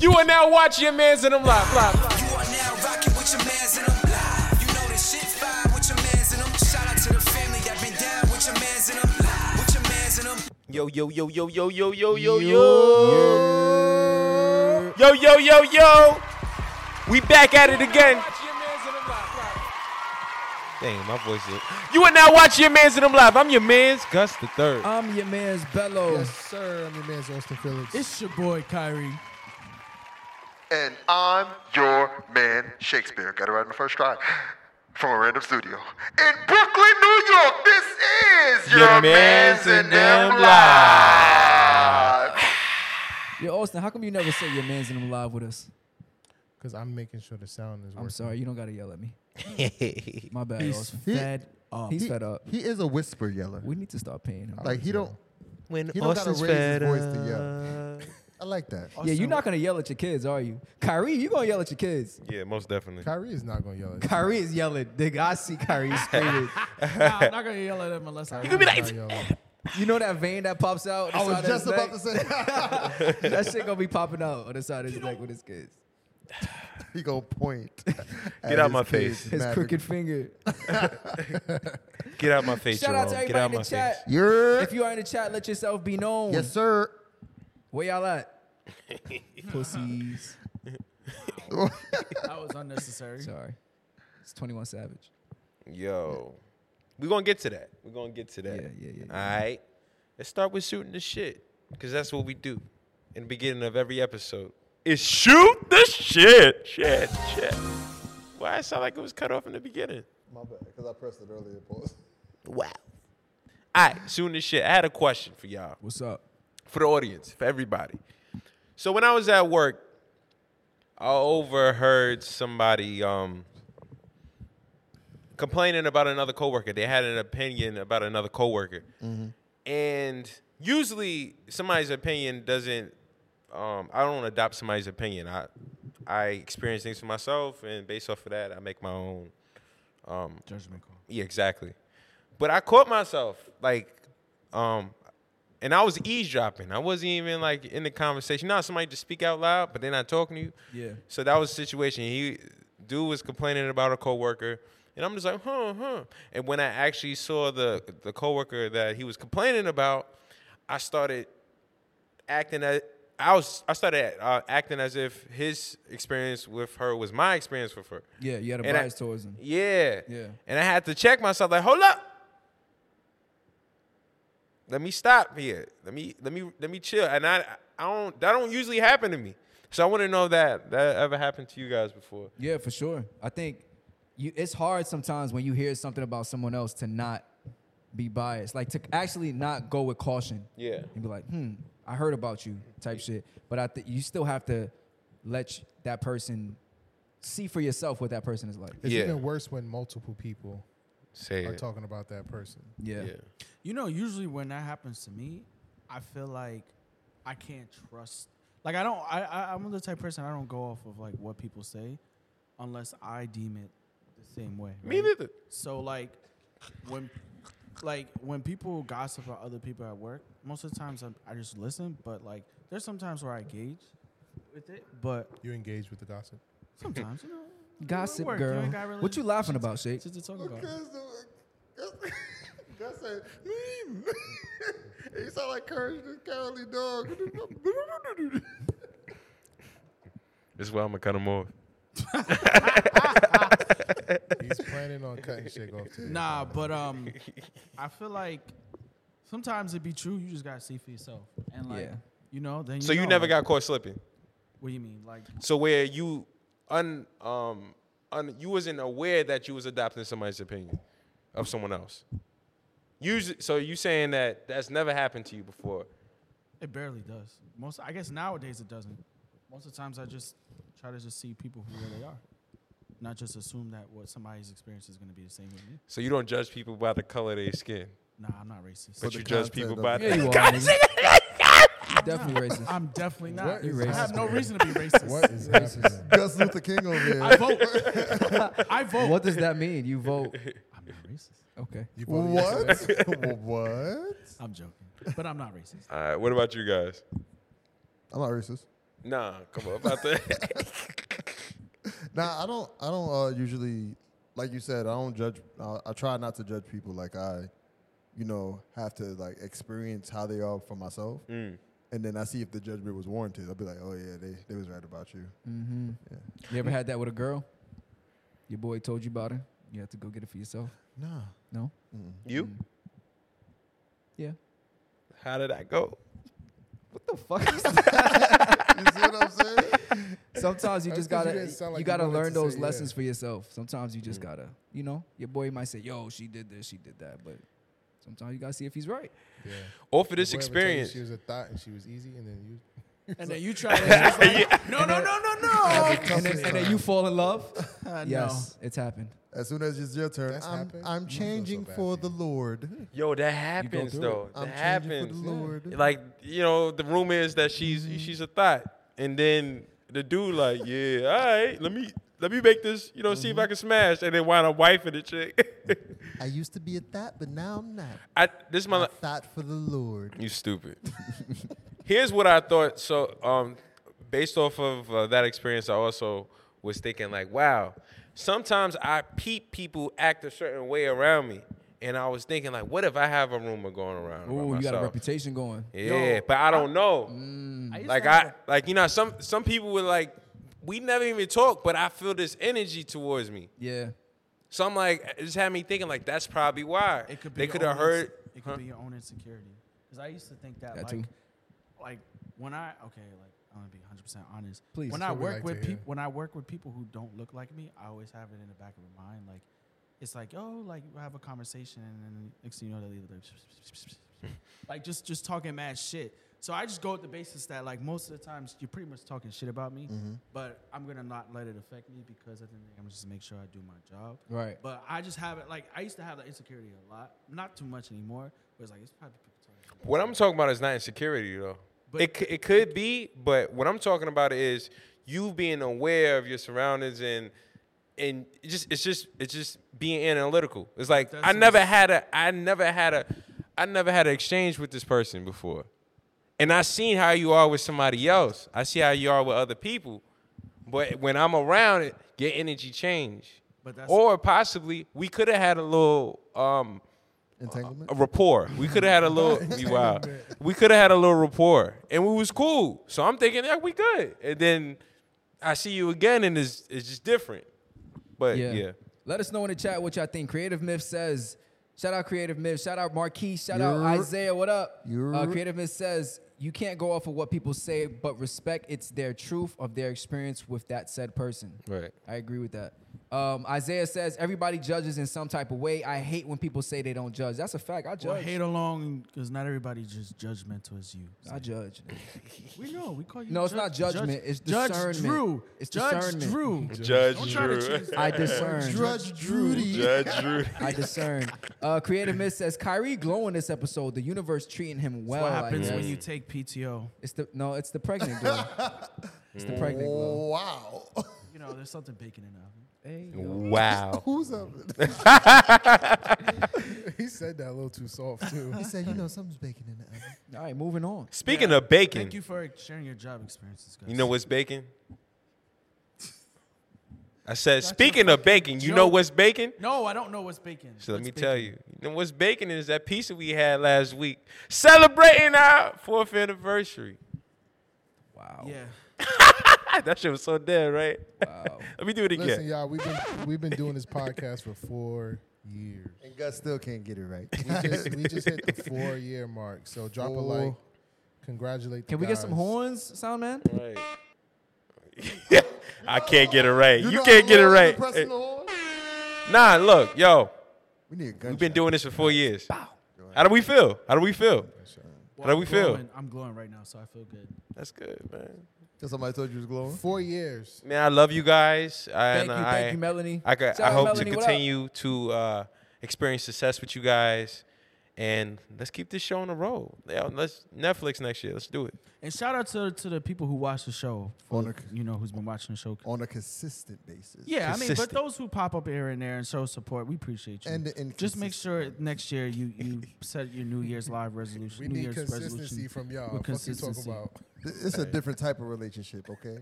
You are now watching your man's in them live. live, live. You are now rocking with your mans in them live. You know this shit fire with your mans in them. Shout out to the family that been down with your mans in them. With your mans in them. Yo, yo, yo, yo, yo, yo, yo, yo, yo. Yo, yo, yo, yo. We back at it again. Watching your mans in them live, live. Dang, my voice is. You are now watching your man's in them live. I'm your man's Gus the third. I'm your man's Bello. Yes, sir. I'm your man's Austin Phillips. It's your boy Kyrie. And I'm your man, Shakespeare. Got it right on the first try. From a random studio in Brooklyn, New York. This is your, man's and them live. Yo, Austin, how come you never say your man's in them live with us? Because I'm making sure the sound is working. I'm sorry, you don't gotta yell at me. Yo, My bad, He's Austin. fit. Fed up. He's he, fed up. He is a whisper yeller. We need to start paying him. like he don't. when He don't gotta raise his voice to yell. I like that. Oh. yeah, you're not gonna yell at your kids, are you? Kyrie, you gonna yell at your kids? Yeah, most definitely. Kyrie is not gonna yell at Kyrie is yelling. Nigga, I see Kyrie screaming. Nah, I'm not gonna yell at him unless I. you. Be like, you know that vein that pops out? on I the was side of his just about to neck? say that shit gonna be popping out on the side of his neck with his kids. he gonna point. Get out my face. His crooked finger. Get out my face, Shout out to Jerome. Get out everybody in my the face. chat. You're If you are in the chat, let yourself be known. yes, sir. Where y'all at? Pussies. That was unnecessary. Sorry. It's 21 Savage. Yo. We're going to get to that. We're going to get to that. Yeah, yeah, yeah, All right. Let's start with shooting the shit because that's what we do in the beginning of every episode. Is shoot the shit. Shit, shit. Why it sound like it was cut off in the beginning? My bad, because I pressed it earlier. Pause. Wow. All right, shooting the shit. I had a question for y'all, What's up? for the audience, for everybody. So when I was at work, I overheard somebody um, complaining about another coworker. They had an opinion about another coworker, and usually somebody's opinion doesn't. Um, I don't adopt somebody's opinion. I I experience things for myself, and based off of that, I make my own Judgment call. yeah, exactly. But I caught myself like, um, and I was eavesdropping. I wasn't even like in the conversation. Now somebody just speak out loud, but they're not talking to you. Yeah. So that was the situation. He dude was complaining about a coworker, and I'm just like, huh, huh. And when I actually saw the the coworker that he was complaining about, I started acting as I was. I started uh, acting as if his experience with her was my experience with her. Yeah, you had a And I- bias towards him. Yeah. Yeah. And I had to check myself like, hold up. Let me stop here. Let me let me let me chill. And I I don't that don't usually happen to me. So I want to know that that ever happened to you guys before. Yeah, for sure. I think you it's hard sometimes when you hear something about someone else to not be biased. Like to actually not go with caution. Yeah. And be like, hmm, I heard about you type shit. But I think you still have to let sh- that person see for yourself what that person is like. It's Yeah. even worse when multiple people Say are it. talking about that person. Yeah. Yeah. You know, usually when that happens to me, I feel like I can't trust. Like I don't. I, I I'm the type of person I don't go off of like what people say, unless I deem it the same way. Me right? neither. So like, when like when people gossip about other people at work, most of the times I'm, I just listen. But like, there's sometimes where I gauge with it. But You engage with the gossip. sometimes you know. you at Gossip work, you girl. ain't got really what you laughing about, Shake? shit to talk about. That's a meme. you sound like Courage the Cowardly Dog. This is why I'm gonna cut him off. He's planning on cutting shit off. Today. Nah, but um, I feel like sometimes it be true. You just gotta see for yourself, and like Yeah. you know, then you So you know, never like, got caught slipping. What do you mean, like So where you un um un, you wasn't aware that you was adopting somebody's opinion of someone else. Usually, so you saying that that's never happened to you before. it barely does. Most, I guess nowadays it doesn't. Most of the times I just try to just see people who where they are, not just assume that what somebody's experience is gonna be the same with me. So you don't judge people by the color of their skin, Nah, I'm not racist. but the you judge content people of by it. the Yeah, you are. nigga. You Definitely racist. I'm definitely What not. is I have racist, no man? reason to be racist. What is happening? Gus Luther King over here. I vote. I vote. what does that mean? You vote. I'm not racist. Okay. You voted yesterday. what? I'm joking, but I'm not racist. All right, what about you guys? I'm not racist. Nah, come on. About that. Nah, I don't. I don't uh, usually, like you said, I don't judge. I, I try not to judge people. Like I, you know, have to like experience how they are for myself, and then I see if the judgment was warranted. I'll be like, oh yeah, they they was right about you. Mm-hmm. You ever had that with a girl? Your boy told you about her. You had to go get it for yourself. Nah, No. you? Yeah. How did that go? What the fuck? is- you see what I'm saying? Sometimes you That's just 'cause you gotta didn't you, sound like you gotta wanted learn to those say, yeah. lessons for yourself. Sometimes you just Mm. gotta, you know, your boy might say, "Yo, she did this, she did that," but sometimes you gotta see if he's right. Or for this Whoever told you experience. She was a thought and she was easy, and then you. And then you try to just like, no, no, no, no, no. And then, and then you fall in love. Uh, yes, it's happened. As soon as it's your turn, That's I'm happened? I'm You must feel so changing bad for for the Lord. Yo, that happens through though. I'm that changing happens. for the Lord. Mm-hmm. Like you know, the rumor is that she's she's a thought, and then the dude like, yeah, all right, let me let me make this, you know, see Mm-hmm. if I can smash, and then wind up wifing the chick. I used to be a that, but now I'm not. I this is my I li- thought for the Lord. you stupid. Here's what I thought. So, um, based off of uh, that experience, I also was thinking like, wow. Sometimes I peep people act a certain way around me, and I was thinking like, what if I have a rumor going around? about Ooh, you got a myself? reputation going. Yeah, but I don't know. used Mm. like to have I, like you know, some some people were like, we never even talk, but I feel this energy towards me. Yeah. So I'm like, it just had me thinking like, that's probably why It could be they your could have own heard. ins- it could huh? be your own insecurity. Because I used to think that, That like, too. like when I okay, like I'm gonna be 100 percent honest. Please. when That's I what we work like with to hear. people, when I work with people who don't look like me, I always have it in the back of my mind. Like, it's like, oh, like we have a conversation, and then next thing you know, they leave like, like just just talking mad shit. So I just go with the basis that like most of the times you're pretty much talking shit about me, but I'm gonna not let it affect me because at the end of the day, I'm just make sure I do my job. Right. But I just have it like I used to have that insecurity a lot, not too much anymore. But it's like it's probably people talking. shit. What I'm talking about is not insecurity though. But- it c- it could be, but what I'm talking about is you being aware of your surroundings and and it just it's just it's just being analytical. It's like I That's- never had a I never had a I never had an exchange with this person before. And I seen how you are with somebody else. I see how you are with other people. But when I'm around it, your energy change. But that's- or possibly we could have had a little um, Entanglement. a rapport. We could have had a little. you wow. We could have had a little rapport, and we was cool. So I'm thinking, yeah, we good. And then I see you again, and it's it's just different. But yeah, Let us know in the chat what y'all think. Creative Myth says, shout out Creative Myth, shout out Marquis, shout out Yer. Isaiah, what up? Uh, Yer. Creative Myth says, you can't go off of what people say, but respect it's their truth of their experience with that said person. Right. I agree with that. Um, Isaiah says, everybody judges in some type of way. I hate when people say they don't judge. That's a fact. I judge. Well, hate along because not everybody's just judgmental as you. I judge. we know. We call you. No, it's not judgment, it's discernment. Judge Drew. It's Judge discernment. Drew. Judge Don't try to change that. I discern. Drudge Drudy. Judge Drew. I discern. Uh, Creative Myth says, Kyrie glowing this episode. The universe treating him well. What I happens guess. when you take PTO? It's the no, it's the pregnant glow. it's the pregnant Oh. glow. Wow. You know, there's something baking in the oven. Hey, Wow. Who's up? He said that a little too soft too. He said, you know, something's baking in the oven. all right, moving on. Speaking of bacon, Thank you for sharing your job experiences, guys. you know what's bacon? I said, speaking of bacon, you know joke. what's bacon? No, I don't know what's baking. So let What's me baking? tell you, you know, what's baking is that pizza we had last week, celebrating our fourth anniversary. Wow. Yeah. That shit was so dead, right? Wow. Let me do it again. Listen, y'all, we've been we've been doing this podcast for four years. And Gus still can't get it right. We just, we just hit the four year mark. So drop a like. Congratulate. the Can we get some guys. horns, sound man? Right. I can't get it right. You, know can't I get it love right. impressing Hey, the horn. Nah, look, yo, We need a gun. we've been doing this for four years. How do we feel? How do we feel? How do I'm we feel? glowing- I'm glowing right now, so I feel good. That's good, man. Somebody told you it was glowing. Four years. Man, I love you guys. I, Thank and you, I, thank you, Melanie. I, could, Shout I out hope Melanie, to what up? continue to uh, experience success with you guys, and let's keep this show on the road. Yeah, let's Netflix next year. Let's do it. And shout out to, to the people who watch the show. For, On a- you know, who's been watching the show. On a consistent basis. Yeah, I mean, consistent. but those who pop up here and there and show support, we appreciate you. And the just make inconsistent sure next year you you set your New Year's live resolution. We New need Year's consistency resolution from y'all. What with you talking consistency. about? Th- It's a different type of relationship, okay?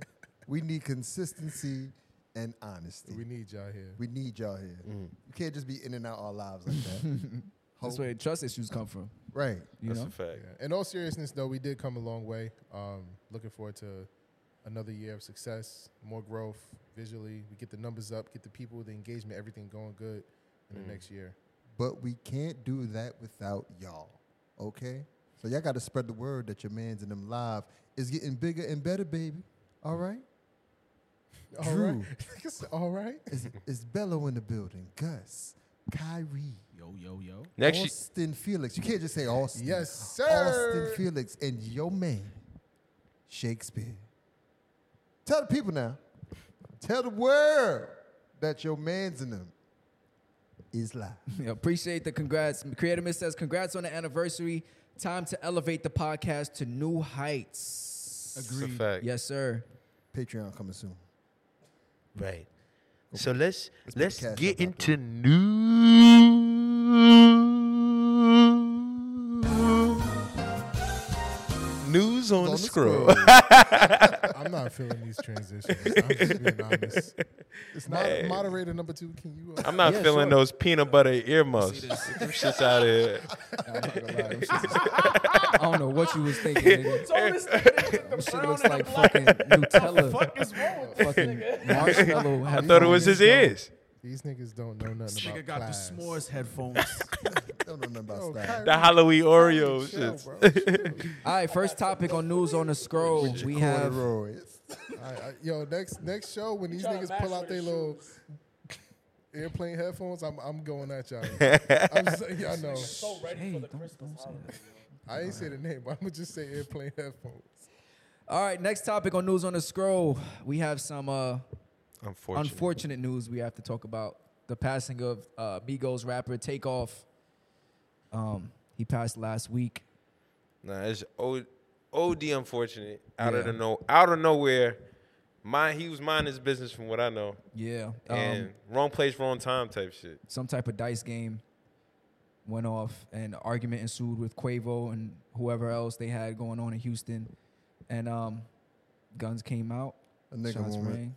We need consistency and honesty. We need y'all here. We need y'all here. Mm-hmm. You can't just be in and out our lives like that. That's Hope- where trust issues come from. right. You That's know, a fact. Yeah. In all seriousness, though, we did come a long way. Um, looking forward to another year of success, more growth visually. We get the numbers up, get the people, the engagement, everything going good in the next year. But we can't do that without y'all, okay? So y'all got to spread the word that your man's in them live is getting bigger and better, baby. All right? All Drew. right. It's all right. Is, is Bello in the building? Gus, Kyrie, Yo, yo, yo. Next year, Austin Felix. You can't just say Austin. Yes, Austin sir. Felix and your man, Shakespeare. Tell the people now. Tell the world that your man's in them is live. Yeah, appreciate the congrats. Creator Miss says, "Congrats on the anniversary. Time to elevate the podcast to new heights." it's a fact. Yes, sir. Patreon coming soon. Right. So let's put the cash app out news. News on, the, scroll. I'm not feeling these transitions. I'm just being honest. It's not moderator number two. Can you? Uh, I'm not Yeah, feeling sure. those peanut butter earmuffs. Get them shits out of here. I don't know what you was thinking. nigga. So this nigga This with the shit brown looks and like the black. fucking The Nutella, fuck is wrong with this fucking nigga? marshmallow. I thought it was his ears. these niggas don't know nothing This about nigga got class. the s'mores headphones. Don't know nothing Oh, about Yo, style. Kyrie, The Halloween Oreo chill, shits. bro. All right, first topic on news on the scroll. We have Corduroys. All right, I- yo, next next show when these niggas pull out their little airplane headphones, I'm I'm going at y'all. I'm just, letting y'all know. Hey, don't- don't say that. I ain't say the name, but I'm gonna just say airplane headphones. All right, next topic on news on the scroll. We have some uh, Unfortunate. unfortunate news we have to talk about. The passing of uh, Migos rapper Takeoff. Um, he passed last week. Nah, it's O- OD unfortunate. Out of Yeah. the no, out of nowhere. My he was minding his business from what I know, Yeah, and um, wrong place, wrong time type shit. some type of dice game went off, and an argument ensued with Quavo and whoever else they had going on in Houston, and um, guns came out. A nigga shots moment. rang.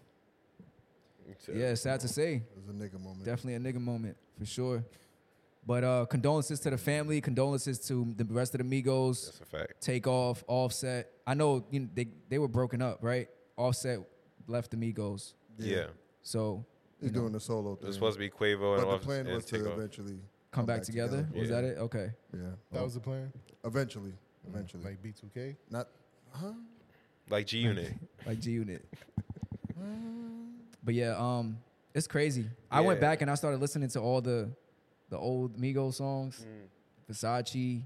Yeah, sad to say. It was a nigga moment. Definitely a nigga moment for sure. But uh, condolences to the family. Condolences to the rest of the Migos. That's a fact. Take off, Offset. I know, you know, they they were broken up, right? Offset left the Migos, Yeah, so He's doing the solo it thing. was supposed to be Quavo but and the off, plan and was to Takeoff. eventually come, back, together. Was Yeah. that it? Okay. Yeah. Um, That was the plan. Eventually. Mm, Eventually. Like B2K. Not like G Unit. Like G Unit. but yeah, um, it's crazy. I went Yeah. back and I started listening to all the the old Migos songs, Versace.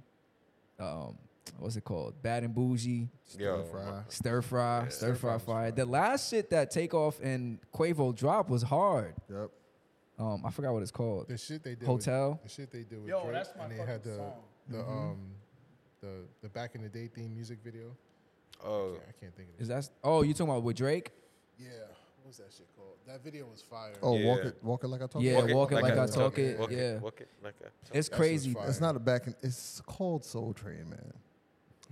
Um, what's it called? Bad and Bougie. Yo, fry. Stir fry, stir fry fire. The last shit that Takeoff and Quavo dropped was hard. Yep. Um, I forgot what it's called. The shit they did. Hotel. Mm-hmm. With, the shit they did with Yo, Drake, that's my and they had fucking the song. the um the the back in the day theme music video. oh, I can't think of it. Is that? Oh, you talking about with Drake? Yeah. What was that shit called? That video was fire. Oh, walk Yeah. it, walk it like I talk. Yeah, Walk It. Walk It Like I Talk Talk It, Walk yeah. walk it like I talk It's That shit's crazy. fire. It's not a back. In, it's called Soul Train, man.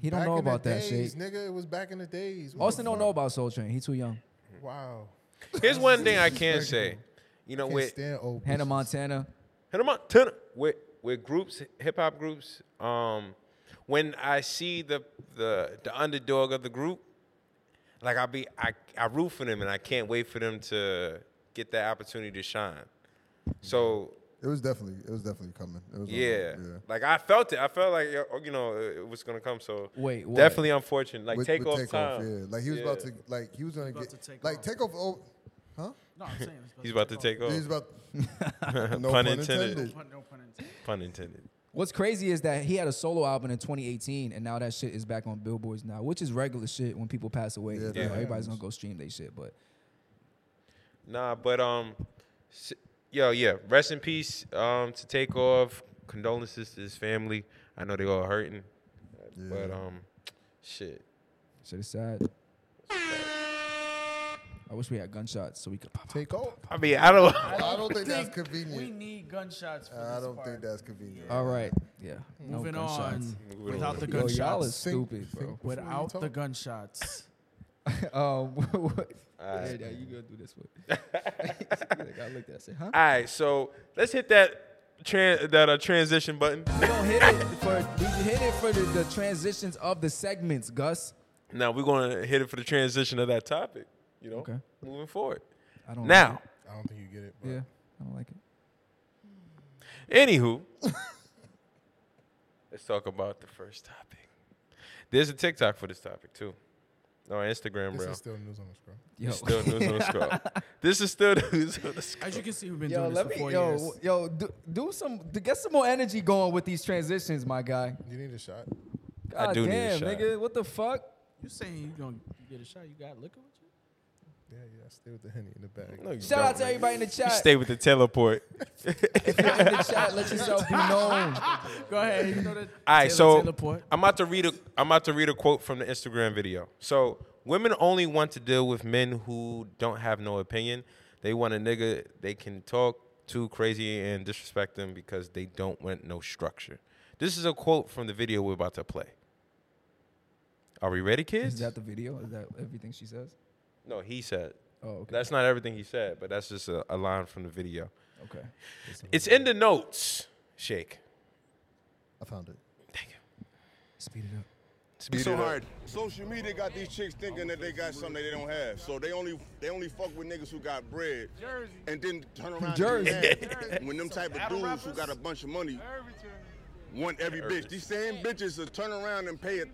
He don't Back know in the about that days, shit. Nigga, it was back in the days. What Austin the don't know about Soul Train. He too young. fuck? Wow. it. Here's one thing I can say. You know, Can't with stand old Hannah bitches. Montana. Hit 'em up, turn 'em. With with groups, hip hop groups. Um, when I see the the the underdog of the group, like I be I I root for them, and I can't wait for them to get that opportunity to shine. So It was definitely, it was definitely coming. It was on- yeah, yeah. like I felt it. I felt like uh, you know it it was gonna come. So Wait, what? definitely unfortunate. Like With- take with off Takeoff, time. Yeah, like he was about Yeah. to, like he was gonna about get, to take like off. take off. Oh, huh? No, I'm saying it's He's about to take off. He was about. no Pun intended. off. Pun- No pun intended. Pun intended. What's crazy is that he had a solo album in 2018, and now that shit is back on billboards now, which is regular shit when people pass away. Yeah, You that know, everybody's happens. gonna go stream they shit, but Nah, but um, s- yo, yeah. Rest in peace. Um, to take off. Condolences to his family. I know they all hurting, but um, shit. shit is sad. I wish we had gunshots so we could pop. Take off. I mean, I don't. I don't think that's We convenient. need gunshots for I this don't part. think that's convenient. All right, yeah. No Moving gunshots. on. Without the Yo, y'all gunshots. is stupid, think bro. before you Without talk. the gunshots. um, what? Alright. Yeah, yeah, you gonna do this one? Like, I looked at, it, I said, huh? All right, so let's hit that tran- that uh, transition button. We don't hit it for we hit it for the, the transitions of the segments, Gus. Now we're gonna hit it for the transition of that topic. You know, Okay. moving forward. I don't. Now, I don't think you get it. But like it. yeah, I don't like it. anywho, let's talk about the first topic. There's a TikTok for this topic too. No, Instagram This bro. is still news on the scroll. Yo, Still news on the scroll. This is still news on the scroll. As you can see, we've been yo, doing let this me, for four yo, years. yo, do, do some, do, get some more energy going with these transitions, my guy. You need a shot. God do need a damn, shot. nigga, what the fuck? You saying you gonna get a shot? You got liquor with you? Yeah, yeah. I stay with the henny in the bag. No, you Shout out don't, to man. everybody in the You chat. stay with the teleport. If you're in the chat, let yourself be known. Go ahead. You know that. All right, Taylor, so teleport. I'm about to read a I'm about to read a quote from the Instagram video. So women only want to deal with men who don't have no opinion. They want a nigga they can talk to crazy and disrespect them because they don't want no structure. This is a quote from the video we're about to play. Are we ready, Is kids? that the video? Is that everything she says? no, he said. Oh, okay. That's not everything he said, but that's just a, a line from the video. okay. It's in the notes. Shake. I found it. Thank you. Speed it up. Speed so it up. hard. Social media got these chicks thinking that they got something they don't have. So they only they only fuck with niggas who got bread and then turn around. and get Jersey. mad. when them type of dudes who got a bunch of money want every bitch. These same bitches will turn around and pay it.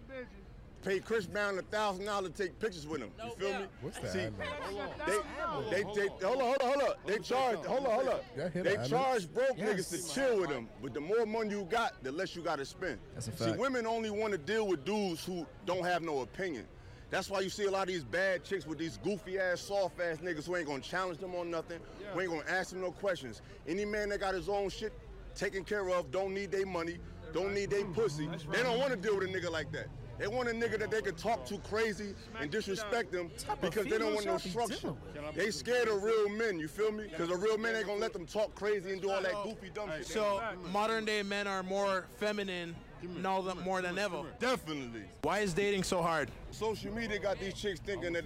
Pay Chris Brown a thousand dollars to take pictures with him. You feel me? What's that? See, ad lib? They, they, they, hold on, hold on, hold on. They charge, hold on, hold on. Y'all hear They that, Alex? charge broke niggas to chill with them, but the more money you got, the less you got to spend. That's a See, fact. women only want to deal with dudes who don't have no opinion. That's why you see a lot of these bad chicks with these goofy ass, soft ass niggas who ain't gonna challenge them on nothing, who ain't gonna ask them no questions. Any man that got his own shit taken care of, don't need their money, don't need their pussy. They don't want to deal with a nigga like that. They want a nigga that they can talk to crazy and disrespect them because they don't want no structure. They scared of real men, you feel me? Because a real man ain't gonna let them talk crazy and do all that goofy dumb shit. So modern day men are more feminine now than more than ever. Definitely. Why is dating so hard? Social media got these chicks thinking that.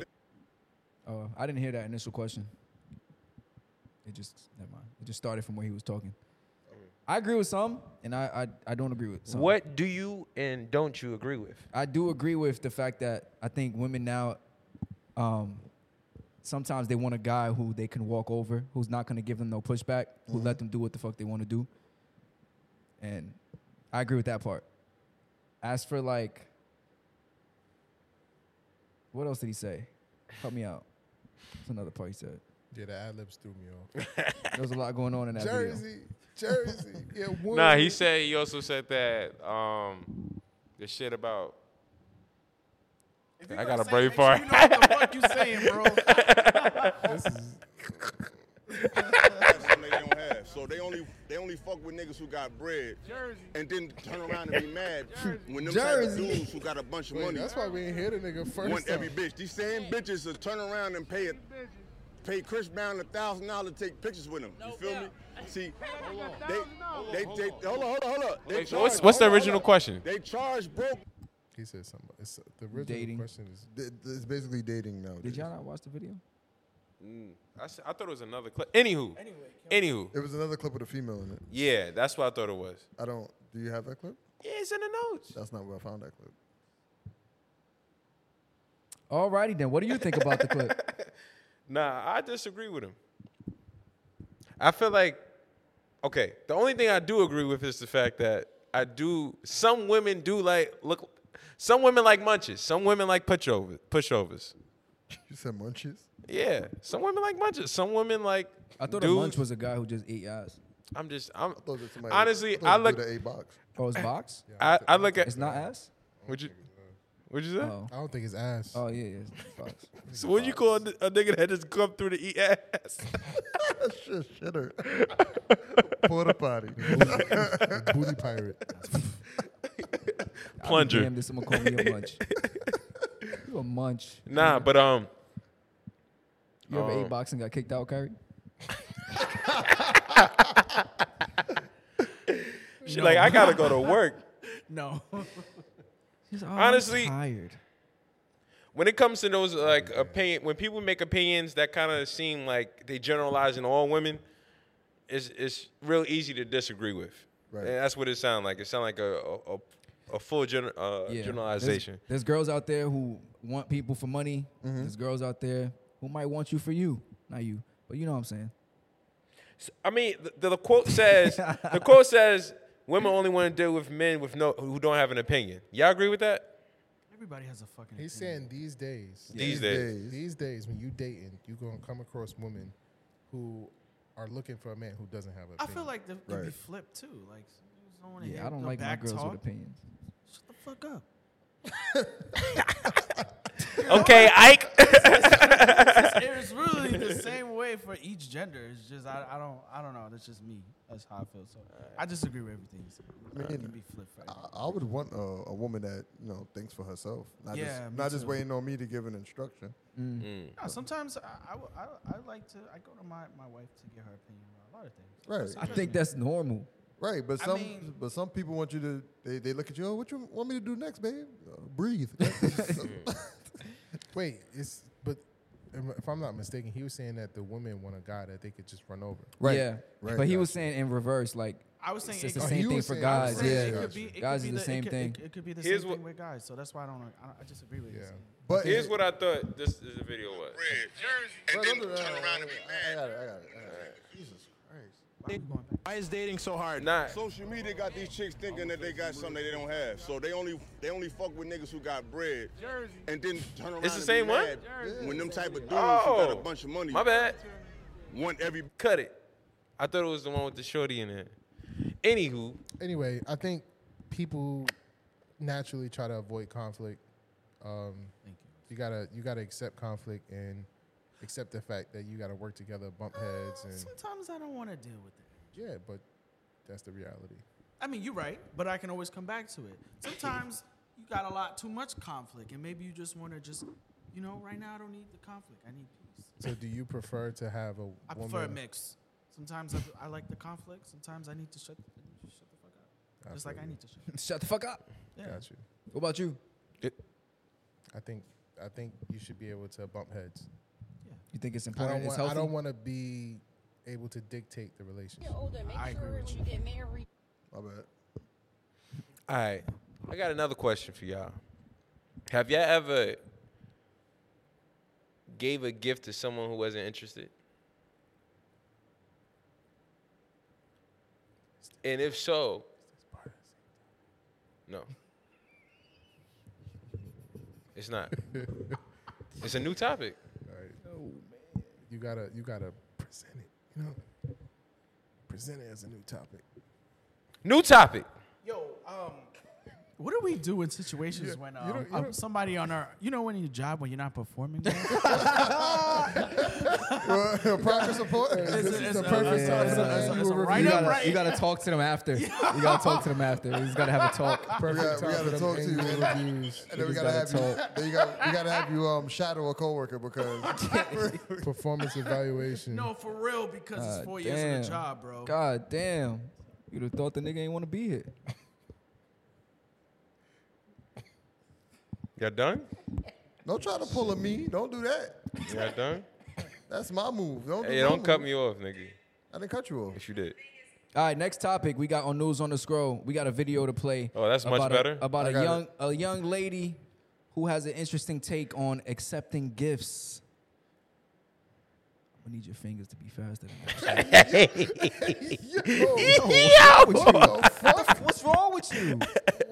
Oh, I didn't hear that initial question. It just never mind. It just started from where he was talking. I agree with some, and I I, I don't agree with some. What do you and don't you agree with? I do agree with the fact that I think women now, um, sometimes they want a guy who they can walk over, who's not gonna give them no pushback, who let them do what the fuck they want to do. And I agree with that part. As for like, what else did he say? Help me out. That's another part he said. Yeah, the ad libs threw me off. There was a lot going on in that video. Jersey, Jersey. Yeah, one. Nah, he said he also said that um the shit about I got a brave part. You know what the fuck you saying, bro? have something they don't have. So they only they only fuck with niggas who got bread and then turn around and be mad when them type of Jersey. dudes who got a bunch of Wait, money that's why we ain't hear the nigga first. want every time. bitch. These same bitches to turn around and pay it. Pay Chris Brown a thousand dollars to take pictures with him. You feel me? See, they, they, they, hold on, hold on, hold on. They So what's charge- what's the hold on, hold original on. question? They charge broke He said something. about- It's, the original Dating. question is Th- th- It's basically dating now. Did y'all not watch the video? I, s- I thought it was another clip. Anywho, anywho, It was another clip with a female in it. yeah, that's what I thought it was. I don't. Do you have that clip? Yeah, it's in the notes. That's not where I found that clip. Alrighty then. What do you think about the clip? Nah, I disagree with him. I feel like okay, the only thing I do agree with is the fact that I do some women do like look some women like munches, some women like pushover pushovers. You said munchies. Yeah, some women like munches, some women like I thought a dudes. munch was a guy who just ate ass. I'm just I'm Those are somebody- honestly those I are look the A box. Oh, it's box? I, I look It's at not ass? would you would you say Oh. I don't think it's ass. Oh yeah, yeah. It's box. so would you call a a nigga that just come through to eat ass? Shit, shitter. Porta potty. The booty pirate. Plunger. Damn this, I'm gonna call me a munch. you a munch. Nah, but um You ever Um, ate box and got kicked out, Kyrie? she like I gotta go to work. No. She's always Honestly- tired. when it comes to those like opinion when people make opinions that kind of seem like they generalizing all women it's it's real easy to disagree with Right. And that's what it sounds like it sounds like a a, a- a full gener, uh, Yeah. generalization There's, there's girls out there who want people for money. Mm-hmm. There's girls out there who might want you for you, not you, but you know what I'm saying. i mean the, the quote says the quote says women only want to deal with men with no who don't have an opinion y'all agree with that Everybody has a fucking. He's opinion. saying these days. these days These days, when you dating, you gonna come across women who are looking for a man who doesn't have a. I feel like the, could be Right. flipped too. Like, you just don't want to hear Yeah, I don't the like my back girls talk. with opinions. Shut the fuck up. okay ike it's really the same way for each gender. It's just I, I don't I don't know. That's just me. That's how I feel. So I disagree with everything. you said. it can be flipped. for everything. I, I would want a, a woman that you know thinks for herself, not Yeah, just me not just too. waiting on me to give an instruction. No, sometimes I, I, w- I- I like to I go to my, my wife to get her opinion on a lot of things. Right, I think that's normal. right. But I some mean- but some people want you to they, they look at you. Oh, what you want me to do next, babe? Uh, breathe. Wait, it's but am- if I'm not mistaken, he was saying that the women want a guy that they could just run over. Right, Yeah. right, but he gotcha. was saying in reverse, like I was saying it's just the it- same you thing were for saying- I Oh, was guys. saying Yeah. it It could be, it guys could is be the same it could- thing. It, it could be the Here's same what- thing with guys. So that's why I don't. I, I just agree with you. Yeah. But here's what i thought this, this video was and then turn around uh, and be mad. I got it. I got it. I got it. Jesus Christ. Why is dating so hard? not Social media got these chicks thinking that they got something they don't have, so they only they only fuck with niggas who got bread, and then turn around. It's the and same be one? mad When them type of dudes who got a oh bunch of money my bad want every cut it i thought it was the one with the shorty in it anywho Anyway, I think people naturally try to avoid conflict. Um, you gotta you gotta accept conflict and accept the fact that you gotta work together, bump Ah, heads, and Sometimes I don't want to deal with it. yeah. But that's the reality. I mean, you're right, but I can always come back to it. Sometimes you got a lot too much conflict, and maybe you just want to just, you know, right now I don't need the conflict. I need peace. So, do you prefer to have a I woman? prefer a mix. Sometimes I, I like the conflict. Sometimes I need to shut, I need to shut the fuck up. Just like I need to shut. Shut the fuck up. Yeah. Got you. What about you? I think I think you should be able to bump heads. You think it's I important? It's don't want healthy. I don't want to be able to dictate the relationship. I agree with you. My bad. All right. I got another question for y'all. Have y'all ever gave a gift to someone who wasn't interested? And if so, no. It's not. it's a new topic. You gotta you gotta present it. You know, present it as a new topic. New topic. Yo, um, what do we do in situations when um, don't- you um, don't- somebody on our, you know, when your job when you're not performing? well? Private support. It's a- it's a- it's a- Yeah. it's a- You it's a were you, write-up, gotta, right? you gotta talk to them after. You gotta talk to them after. We just gotta have a talk. We got- we gotta talk to you, Angry man. reviews. And then we You gotta have just you. Then you got, we gotta have you um, shadow a coworker because talk. performance evaluation. no, for real, because God it's four years on damn. the job, bro. God damn. You'd have thought the nigga ain't want to be here. Y'all done? don't try to pull a me. Don't do that. Y'all done? That's my move. Don't. do Hey, my don't cut move. me off, nigga. I didn't cut you off. If you did. All right, next topic. We got on news on the scroll. We got a video to play. Oh, that's much about a- better. about I a got young a young lady who has an interesting take on accepting gifts. I need your fingers to be faster. Than that. What's wrong with you?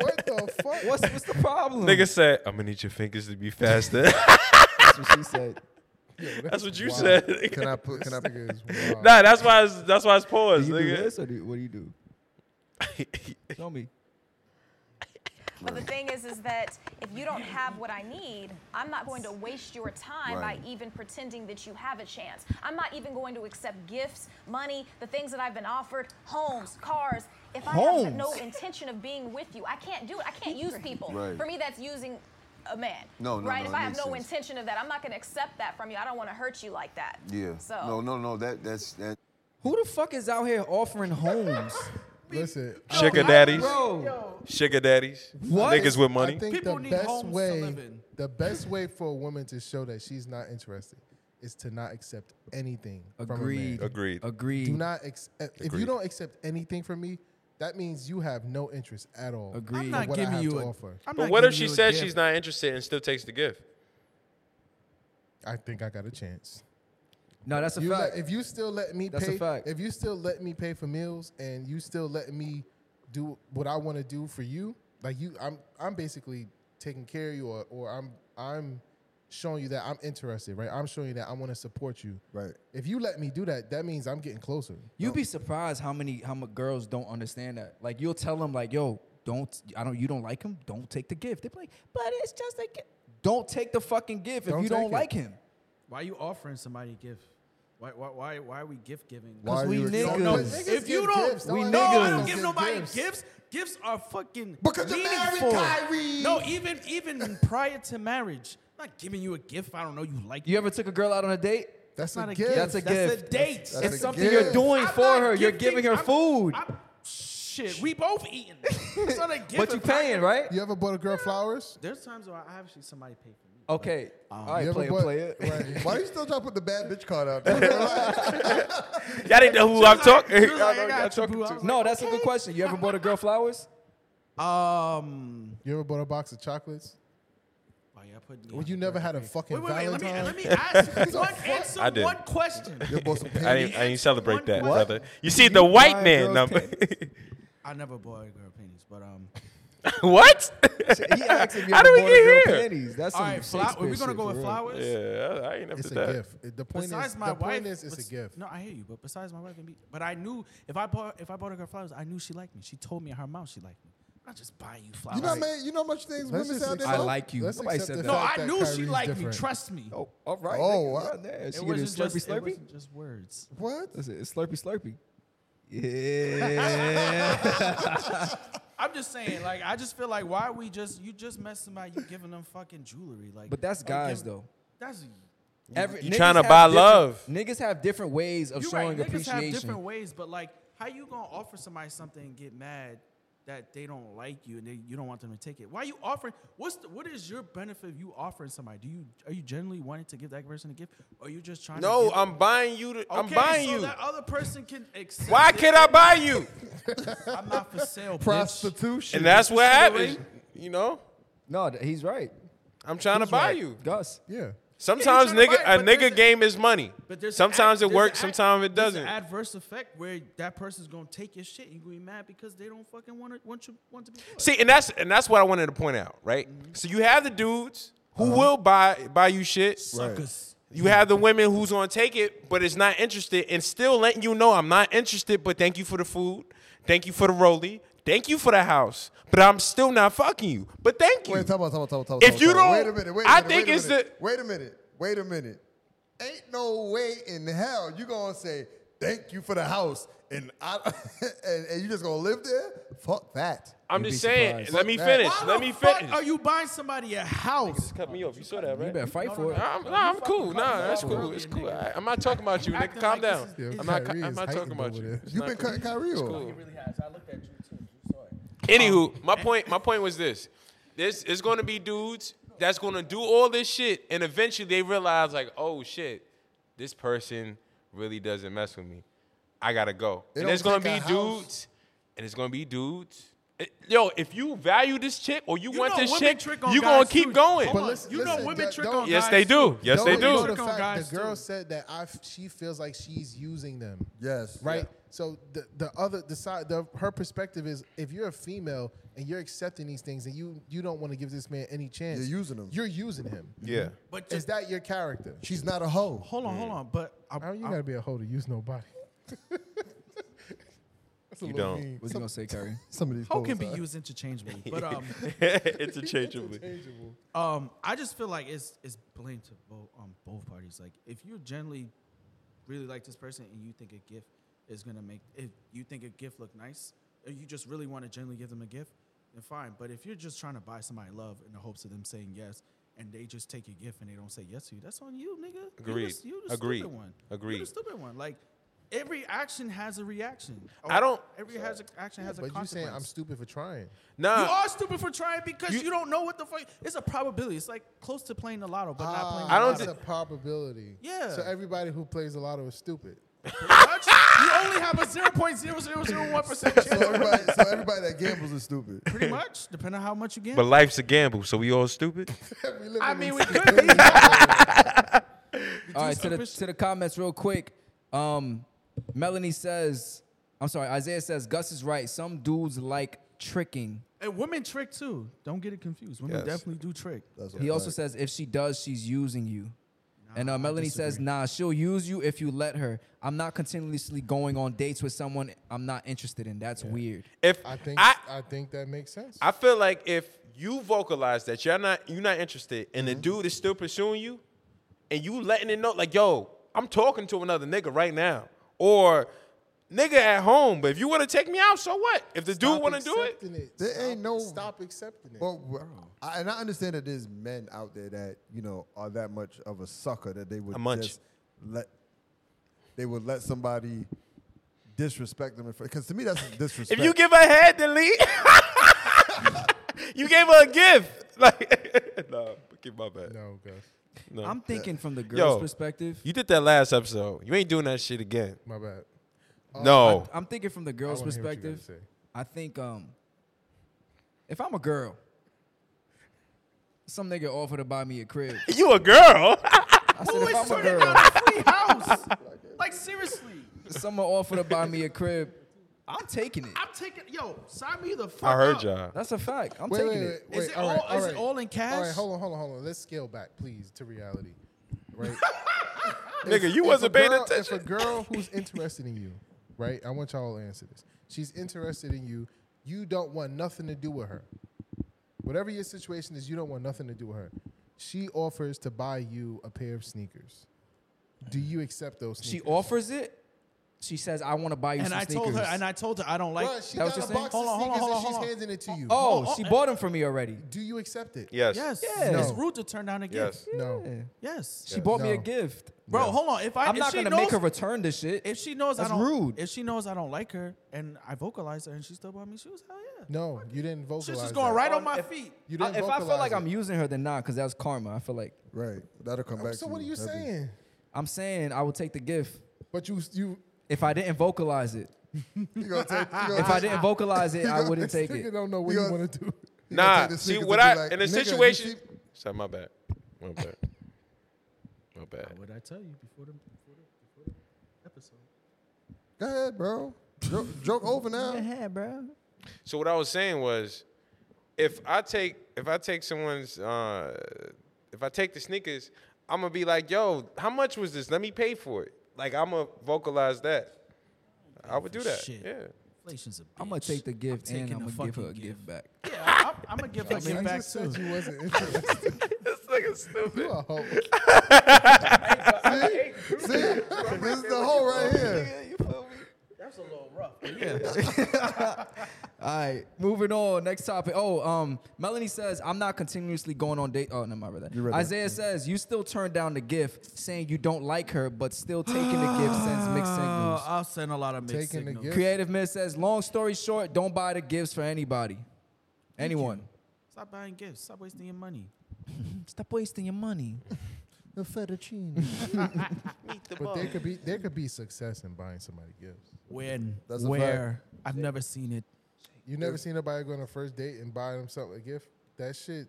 What the fuck? What's what's the problem? Nigga said, I'm gonna need your fingers to be faster. That's what she said. That's what you said. nigga. Can I put? Can I? Nigga is wild. Nah, that's why it's, that's why it's paused, Do you do nigga. this or do, what do you do? Show me. But the thing is, is that if you don't have what I need, I'm not going to waste your time Right. by even pretending that you have a chance. I'm not even going to accept gifts, money, the things that I've been offered, homes, cars. If I have no Homes? intention of being with you, I can't do it. I can't use people. Right. For me, that's using a man. No, no, Right? no, if it I have no makes sense. intention of that, I'm not going to accept that from you. I don't want to hurt you like that. Yeah. So. No, no, no. That that's that. Who the fuck is out here offering homes? be. Listen, Sugar I- daddies. Bro. Sugar daddies. Niggas with money. I think People the need best homes to way, live in. the best way for a woman to show that she's not interested is to not accept anything from a man. Agreed. Agreed. Agreed. Do not ex- uh, if Agreed. you don't accept anything from me, that means you have no interest at all. Agreed. in I'm not what I giving have you to a- offer. I'm But not what if giving she you a says gift. she's not interested and still takes the gift? I think I got a chance. No, that's a You fact. let- if you still let me That's a pay, fact. if you still let me pay for meals and you still let me do what I want to do for you, like you, I'm I'm basically taking care of you, or, or I'm I'm showing you that I'm interested, right? I'm showing you that I want to support you, Right. If you let me do that, that means I'm getting closer. You'd be surprised how many how many girls don't understand that. Like you'll tell them like, "Yo, don't I don't you don't like him? Don't take the gift." They're like, "But it's just a gift." Don't take the fucking gift if Don't you don't take it. like him. Why you offering somebody a gift? Why, why, why, why are we gift giving? Why are we you niggas. accepting- No, But niggas if you give don't, gifts. Don't we act no, like I niggas don't niggas give get nobody gifts. gifts. Gifts, are fucking Because you're married, meaningful. Kyrie. No, even even prior to marriage, I'm not giving you a gift. I don't know you like. You ever took a girl out on a date? That's not a a gift. gift. That's a That's gift. a date. That's it's a something gift. you're doing I'm for not her. You're giving her I'm- food, I'm- shit, we both eating. It's not a gift. but you if I- paying, right? You ever bought a girl flowers? There's times where I actually somebody paid for me. Okay. All Uh-huh. you right, ever player, bought- player. Right. Why are you still trying to put the bad bitch card out there? Y'all didn't know who I'm talking. She was Y'all like, know I who got y'all you, talking boo. I to. was No, like, that's a good question. You ever bought a girl flowers? Um. oh, You ever bought a box of chocolates? Why y'all putting me Well, on you the never birthday had a cake? fucking Wait, wait, wait. Let me, Valentine. let me ask one, fuck? answer I did. one question. you bought some I panties. didn't, I didn't celebrate that, What? brother. You see, the white man girls number. I never bought a girl panties, but um. what? He asked if you How ever did we bought a girl get here? panties. That's All some right, flower. We're Shakespeare gonna shit go for with real. flowers. Yeah, I, I ain't up It's to a that. gift. The point Besides is, my the wife, point is, it's bes- a gift. No, I hear you, but besides my wife and me, but I knew if I bought if I bought a girl flowers, I knew she liked me. She told me in her mouth she liked me. I'm not just buying you flowers. You know, man, you know how much things women Let's just say out there. accept- I though? like you. Let's Nobody accept said the that. no, fact I that knew she Kyrie's liked me. different. Trust me. Oh, all right. Oh, nigga, wow. right there. She it, getting wasn't slurpy just, it slurpy. wasn't just words. What? That's it. It's slurpy slurpy. Yeah. I'm just saying, like, I just feel like why we just you just met somebody, you giving them fucking jewelry, like. but that's or guys giving- though. That's Every, you niggas tryna have buy different- love. Niggas have different ways of you showing right. Niggas have different appreciation. ways, but like, how you gonna offer somebody something and get mad that they don't like you and they, you don't want them to take it? Why you offering? What's the, what is your benefit of you offering somebody? Do you are you generally wanting to give that person a gift, or you just trying? to No, give- I'm buying you. The, I'm Okay, buying so you. That other person can accept. Why it. can't I buy you? I'm not for sale, bitch. Prostitution. And that's what happened. ring? You know, No, th- he's right. I'm trying to buy you. Gus. Yeah. Sometimes tryna nigga, buy it, a but there's nigga a- game is money. But there's an Sometimes ad- it there's works, an ad- sometimes it there's an doesn't. adverse effect where that person's gonna take your shit. You gonna be mad because they don't fucking want to want you want to be. good. See, and that's and that's what I wanted to point out, right? So you have the dudes who will buy buy you shit. suckers. You have the women who's gonna take it, but is not interested, and still letting you know I'm not interested. But thank you for the food, thank you for the rollie, thank you for the house, but I'm still not fucking you. But thank you. Wait, talk about, talk about, talk about. If talk you about. don't- wait a minute, wait a I minute, think wait a it's minute, the- Wait a minute, wait a minute. Ain't no way in hell you gonna say thank you for the house and I and, and you just gonna live there? Fuck that. I'm You'd just be saying. surprised. Let me Fuck finish. that. Why Let the me fuck finish. Are you buying somebody a house? Cut me off. You saw that, You right? better fight for it. I'm, nah, I'm cool. Nah, that's Fucking cool. It's cool. nigga. I, I'm not talking about you, nigga. Acting Calm like this down. is- I'm not. Kyrie I'm is not talking heightened about over you. there. It's You've not been cool. cutting Kyrie off. really has. I looked at you too. You saw it. Anywho, my point my point was this. This is gonna be dudes that's gonna do all this shit and eventually they realize like, oh shit, this person really doesn't mess with me. I gotta go. and don't it's gonna take a be house. dudes, and it's gonna be dudes. It- Yo, if you value this chick or you, You want know this women chick, trick on you gonna guys keep too. going. Hold But on. listen- you know listen, women don't- trick don't- on yes, guys they too. do. Yes, Don't they ignore do. Trick The, on fact guys, the girl too. said that I f- she feels like she's using them. Yes. Right. So the the other the side the her perspective is if you're a female and you're accepting these things and you you don't want to give this man any chance. You're using him. You're using him. Yeah. But Is just that your character? She's not a hoe. hold on, hold on. But I, How you I- gotta be a hoe to use nobody? That's a You little don't. mean. What's he gonna say, Curry? Some of these hoe can posts be are- used interchangeably. But um, Interchangeably. um, I just feel like it's it's blame to both on both parties. Like if you generally really like this person and you think a gift is gonna make if you think a gift look nice, or you just really want to generally give them a gift, then fine. But if you're just trying to buy somebody love in the hopes of them saying yes. And they just take your gift and they don't say yes to you. That's on you, nigga. You the- Agreed. You the, Agreed. stupid one. You Agreed. the stupid one. Like Every action has a reaction. I don't- Every has a, action has a but you consequence. saying I'm stupid for trying? Nah. You are stupid for trying because you, don't know what the fuck. It's a probability. It's like close to playing the lotto, but not playing. Ah. I don't That's thi- a probability. Yeah. So everybody who plays a lotto is stupid. What? you only have a zero point zero zero zero one percent chance. So everybody, so everybody that gambles is stupid. Pretty much, depending on how much you get. But life's a gamble, so we all stupid. We live I in mean, a we could be. All right, to the, to the comments real quick. Um, Melanie says, I'm sorry, Isaiah says, Gus is right. Some dudes like tricking. And women trick too. Don't get it confused. Women Yes. definitely do trick. That's He a also fact. says, if she does, she's using you. and uh, Melanie says, nah, she'll use you if you let her. I'm not continuously going on dates with someone I'm not interested in. That's weird. If I think I, I, think that makes sense. I feel like if you vocalize that you're not you're not interested, and Mm-hmm. the dude is still pursuing you, and you letting it know like, yo, I'm talking to another nigga right now, or nigga at home. But if you want to take me out, so what? If the dude Stop want to do it, accepting There Stop- ain't no- stop accepting it. Well, w- I, and I understand that there's men out there that you know are that much of a sucker that they would A munch. just let they would let somebody disrespect them because to me that's if disrespect. you give her head, then leave. you gave her a gift. Like, no, keep my bad. no, Gus. No. I'm thinking from the girl's Yo. perspective. you did that last episode. You ain't doing that shit again. My bad. Uh, no. I'm thinking from the girl's wanna hear what you gotta perspective. say. I think um, if I'm a girl, some nigga offered to buy me a crib. you a girl. I said, if I'm a turning girl, down a free house? like seriously, someone offered to buy me a crib, I'm taking it. I'm taking. Yo, sign me the fuck I heard up. y'all. That's a fact. I'm Wait, taking wait, it. wait, wait. Is it all- is it all in All cash? right, hold on, hold on, hold on. Let's scale back, please, to reality. Right? Nigga, you If wasn't a paying girl- attention. If a girl who's interested in you, right? I want y'all to answer this. She's interested in you. You don't want nothing to do with her. Whatever your situation is, you don't want nothing to do with her. She offers to buy you a pair of sneakers. Do you accept those She sneakers? offers it. She says, I want to buy you And some I sneakers. told her, and I told her I don't like. Bruh, she That was got a your box thing? of Hold on, hold on, sneakers hold on, and she's hold on. handing it to you. oh, oh, she oh, bought them for me already. Do you accept it? Yes. yes, Yeah. it's No. rude to turn down a gift. Yes. No. Yes, She bought me a No. gift. bro, hold on. If I, I'm if not she going to knows, make her return this shit. If she knows That's I don't, rude. If she knows I don't like her, and I vocalize her, and she still bought me shoes, hell yeah. No, you didn't vocalize. She's just that. going right on my feet. You I- didn't if I feel vocalize like it. I'm using her, then nah, because that's karma. I feel like right, that'll come back. So to what are you heavy. saying? I'm saying I would take the gift But you you if I didn't vocalize it. You gonna take, you gonna If I didn't vocalize it, I wouldn't take nigga it. don't know what You you gonna- want to do. You gonna Nah, take the see sneakers what and I be like, in a "Nigga, you situation. keep-" Sorry, my bad. My bad. My bad. What did I tell you before the, before the, before the episode? Go ahead, bro. Joke, joke over now. Yeah, bro. So what I was saying was, if I take if I take someone's uh, if I take the sneakers, I'm gonna be like, yo, how much was this? Let me pay for it. Like I'm gonna vocalize that. I would do that. Shit. Yeah. Inflation's a bitch. I'm gonna take the gift and taking I'm the gonna give her fucking a gift, gift. back. Yeah, I, I'm, I'm gonna give her I gift back just too. said you wasn't interested. This nigga stupid. You a hoe. See, this is the hole right here. That's a little rough. All right, moving on. Next topic. Oh, um, Melanie says I'm not continuously going on date. Oh, no, my brother. read that. Isaiah says you still turn down the gift, saying you don't like her, but still taking the gift sends mixed signals. Uh, I'll send a lot of mixed Taking the signals. gift. Creative Miss says, long story short, don't buy the gifts for anybody, anyone. Stop buying gifts. Stop wasting your money. Stop wasting your money. The fettuccine. But there could be there could be success in buying somebody gifts. When? That's a Where? I've never seen it. You never seen nobody go on a first date and buy themselves a gift. That shit.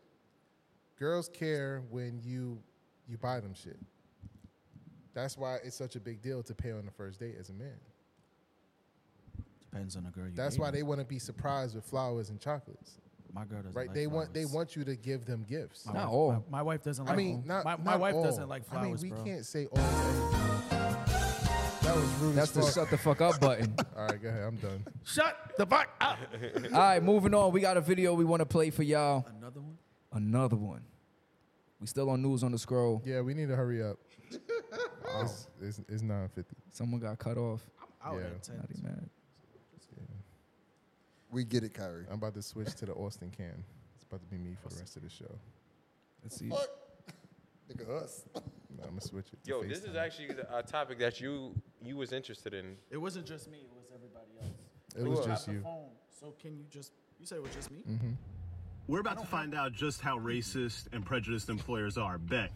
Girls care when you you buy them shit. That's why it's such a big deal to pay on the first date as a man. Depends on the girl. You That's why dating. they want to be surprised with flowers and chocolates. My girl doesn't Right? like They want they flowers. want you to give them gifts. My Not wife- all. My, my wife doesn't I like. mean, them. not my, my not wife all. doesn't like flowers. I mean, we bro. can't say all. to everything. That was rude. That's the as fuck. shut the fuck up button. All right, go ahead. I'm done. Shut the fuck up. All right, moving on. We got a video we want to play for y'all. Another one. Another one. We still on news on the scroll. Yeah, we need to hurry up. It's, it's, it's 9:50. Someone got cut off. Out Yeah. at 10. Not even mad. We get it, Kyrie. I'm about to switch to the Austin can. It's about to be me for the rest of the show. Let's see. Nigga, us. No, I'm gonna switch it. to Yo, this is FaceTime. actually a topic that you you was interested in. It wasn't just me. It was everybody else. It We was got just the you. phone, so can you just? You say it was just me. We're about to find out just how racist and prejudiced employers are. Bet.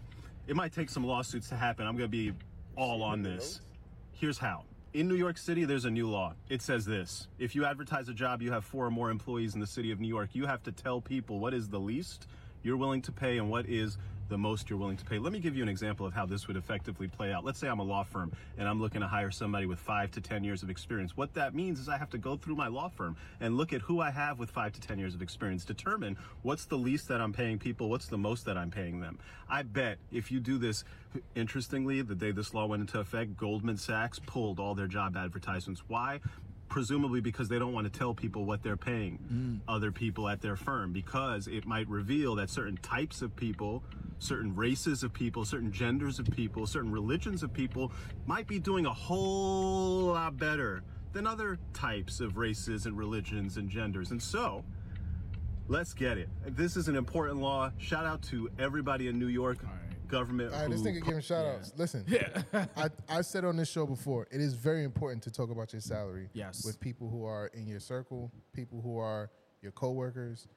It might take some lawsuits to happen. I'm going to be all on this. Here's how. In New York City, there's a new law. It says this If you advertise a job, you have four or more employees in the city of New York, you have to tell people what is the least you're willing to pay and what is the most you're willing to pay. Let me give you an example of how this would effectively play out. Let's say I'm a law firm and I'm looking to hire somebody with five to 10 years of experience. What that means is I have to go through my law firm and look at who I have with five to 10 years of experience, determine what's the least that I'm paying people, what's the most that I'm paying them. I bet if you do this, interestingly, the day this law went into effect, Goldman Sachs pulled all their job advertisements. Why? presumably because they don't want to tell people what they're paying Mm. other people at their firm because it might reveal that certain types of people certain races of people certain genders of people certain religions of people might be doing a whole lot better than other types of races and religions and genders and so let's get it this is an important law shout out to everybody in new york government All right, this who nigga giving shout outs. Listen, I, I said on this show before, it is very important to talk about your salary. Yes. With people who are in your circle, people who are your coworkers.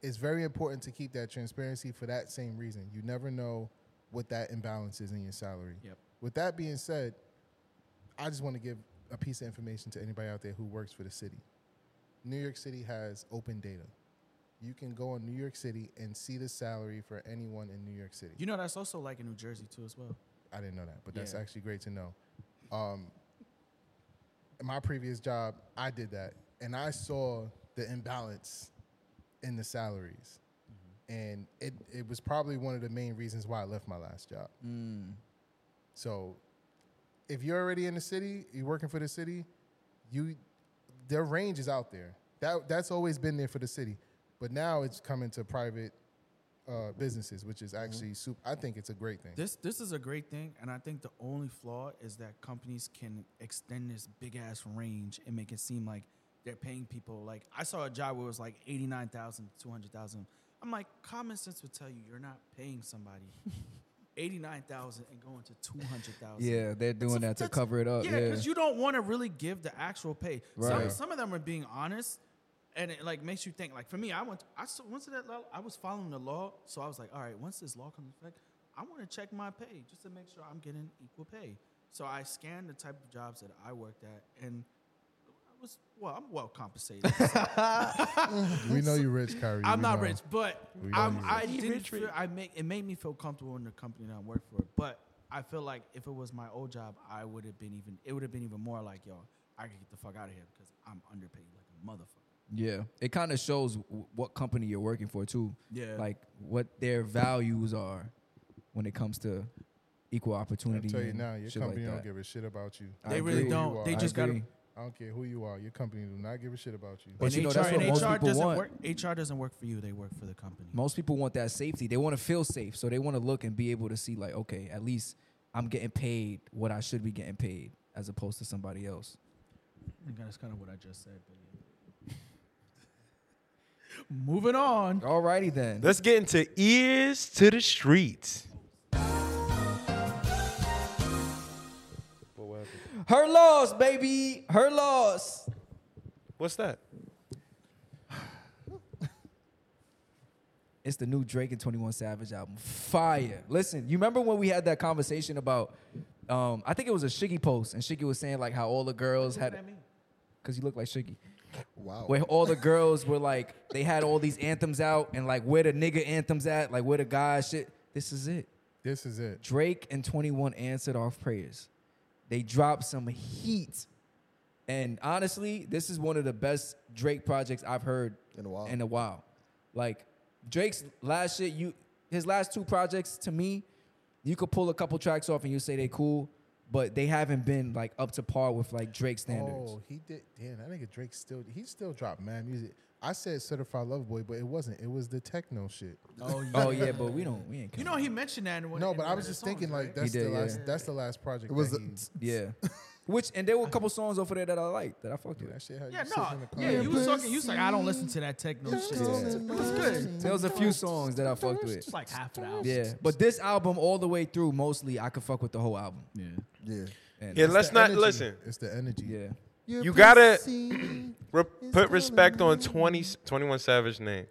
It's very important to keep that transparency for that same reason. You never know what that imbalance is in your salary. Yep. With that being said, I just want to give a piece of information to anybody out there who works for the city. New York City has open data. You can go on New York City and see the salary for anyone in New York City. You know that's also like in New Jersey too, as well. I didn't know that, but that's Yeah. actually great to know. Um, in my previous job, I did that, and I saw the imbalance in the salaries, and it it was probably one of the main reasons why I left my last job. So, if you're already in the city, you're working for the city, you their range is out there. That that's always been there for the city, but now it's coming to private uh, businesses, which is actually super. I think it's a great thing. This this is a great thing, and I think the only flaw is that companies can extend this big ass range and make it seem like they're paying people. Like I saw a job where it was like eighty nine thousand to two hundred thousand. I'm like, common sense would tell you you're not paying somebody eighty nine thousand and going to two hundred thousand. Yeah, they're doing that to cover it up. Yeah, Yeah, because you don't want to really give the actual pay. Some, Right. some of them are being honest, and it like makes you think. Like for me, I went, I s- once that law, I was following the law, so I was like, all right, once this law comes into effect, I want to check my pay just to make sure I'm getting equal pay. So I scanned the type of jobs that I worked at, and I was well, I'm well compensated. we know you rich, Kyrie. I'm We not know. rich, but We know I'm, you I rich. didn't feel, I make it made me feel comfortable in the company that I work for. But I feel like if it was my old job, I would have been even. It would have been even more like, yo, I could get the fuck out of here because I'm underpaid like a motherfucker. yeah. It kind of shows w- what company you're working for too. Yeah. like what their values are when it comes to equal opportunity. I'll tell you and now, your shit like company don't that. give a shit about you. I They really agree. don't. Who you They are. just I gotta- agree. I don't care who you are. Your company do not give a shit about you. But you know, that's and what most HR people doesn't want. work. HR doesn't work for you. They work for the company. Most people want that safety. They want to feel safe, so they want to look and be able to see like, okay, at least I'm getting paid what I should be getting paid, as opposed to somebody else. And that's kind of what I just said. But yeah. Moving on. Alrighty then. Let's get into ears to the streets. Her loss, baby. Her loss. What's that? It's the new Drake and 21 Savage album. Fire. Listen, you remember when we had that conversation about um, I think it was a Shiggy post, and Shiggy was saying like how all the girls had because you look like Shiggy. Wow. Where all the girls were like, they had all these anthems out, and like where the nigga anthems at, like where the guy shit. This is it. This is it. Drake and 21 answered our prayers. They dropped some heat. And honestly, this is one of the best Drake projects I've heard in a while. In a while. Like Drake's last shit, you his last two projects to me, you could pull a couple tracks off and you say they cool, but they haven't been like up to par with like Drake standards. Oh, he did. Damn, that nigga Drake still. He still dropped mad music. I said Certified Love Boy, but it wasn't. It was the techno shit. Oh, yeah, but we don't we ain't You know he mentioned that. In one, No, in but one I of was his just thinking songs, like right? that's He the did, yeah. last. That's the last project. It was that a- he- Yeah. Which and there were a couple songs off of there that I liked that I fucked with. that shit had Yeah, you no. sitting in the Yeah, car. you was talking. You was like, I don't listen to that techno shit. It was good. There was a few songs that I fucked with. It's like half an hour. Yeah, but this album all the way through, mostly I could fuck with the whole album. Yeah. Yeah. And Yeah, that's let's the not energy. listen. It's the energy. Yeah. You, Your gotta pussy re- put respect on 20, 21 Savage name.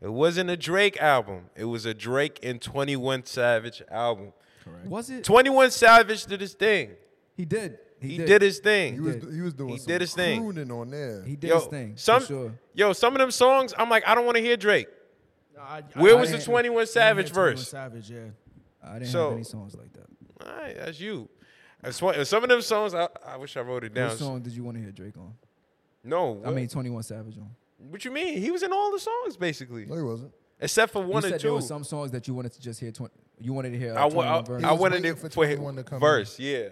It wasn't a Drake album. It was a Drake and 21 Savage album. Correct. Was it- 21 Savage did his thing. He did. He, he did. did. his thing. He was he was doing He some did his thing. crooning on there. He Yo, Some yo, some of them songs, I'm like, I don't want to hear Drake. Where was the 21 Savage verse? Savage, yeah. I didn't So- have any songs like that. All right, that's you. That's one- some of them songs, I, I wish I wrote it down. What song did you want to hear Drake on? No, I what? mean 21 Savage on. What you mean? He was in all the songs basically. No, he wasn't. Except for one you or said two. there were some songs that you wanted to just hear 20. You wanted to hear. Uh, I, wa- 21 I- verse. I wanted it for, his verse. Yeah.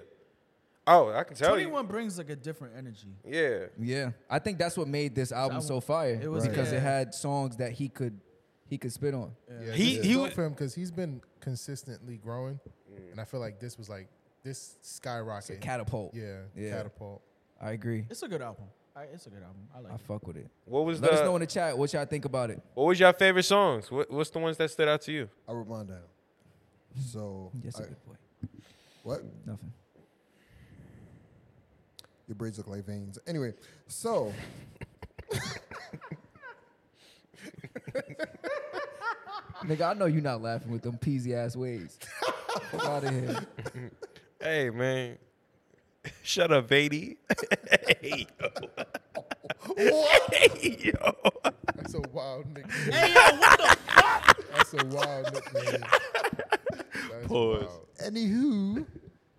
Oh, I can tell you. 21 brings like a different energy. Yeah. Yeah, I think that's what made this album so fire. it was- because yeah. it had songs that he could he could spit on. Yeah, he he for him because he's been consistently growing, Mm. and I feel like this was like this skyrocket catapult. Yeah, Yeah. catapult. I agree. It's a good album. I, it's a good album. I like I it. fuck with it. What was Let us the- know in the chat what y'all think about it. What was your favorite songs? What, what's the ones that stood out to you? I wrote mine down. So Yes, I- a good boy. What? Nothing. Your braids look like veins. Anyway, so Nigga, I know you're not laughing with them peasy ass ways. out of here. hey man, shut up, Vady. hey yo. hey yo. That's a wild nickname. Hey, yo, what the fuck? That's a wild nickname. That's Pause. wild. Anywho,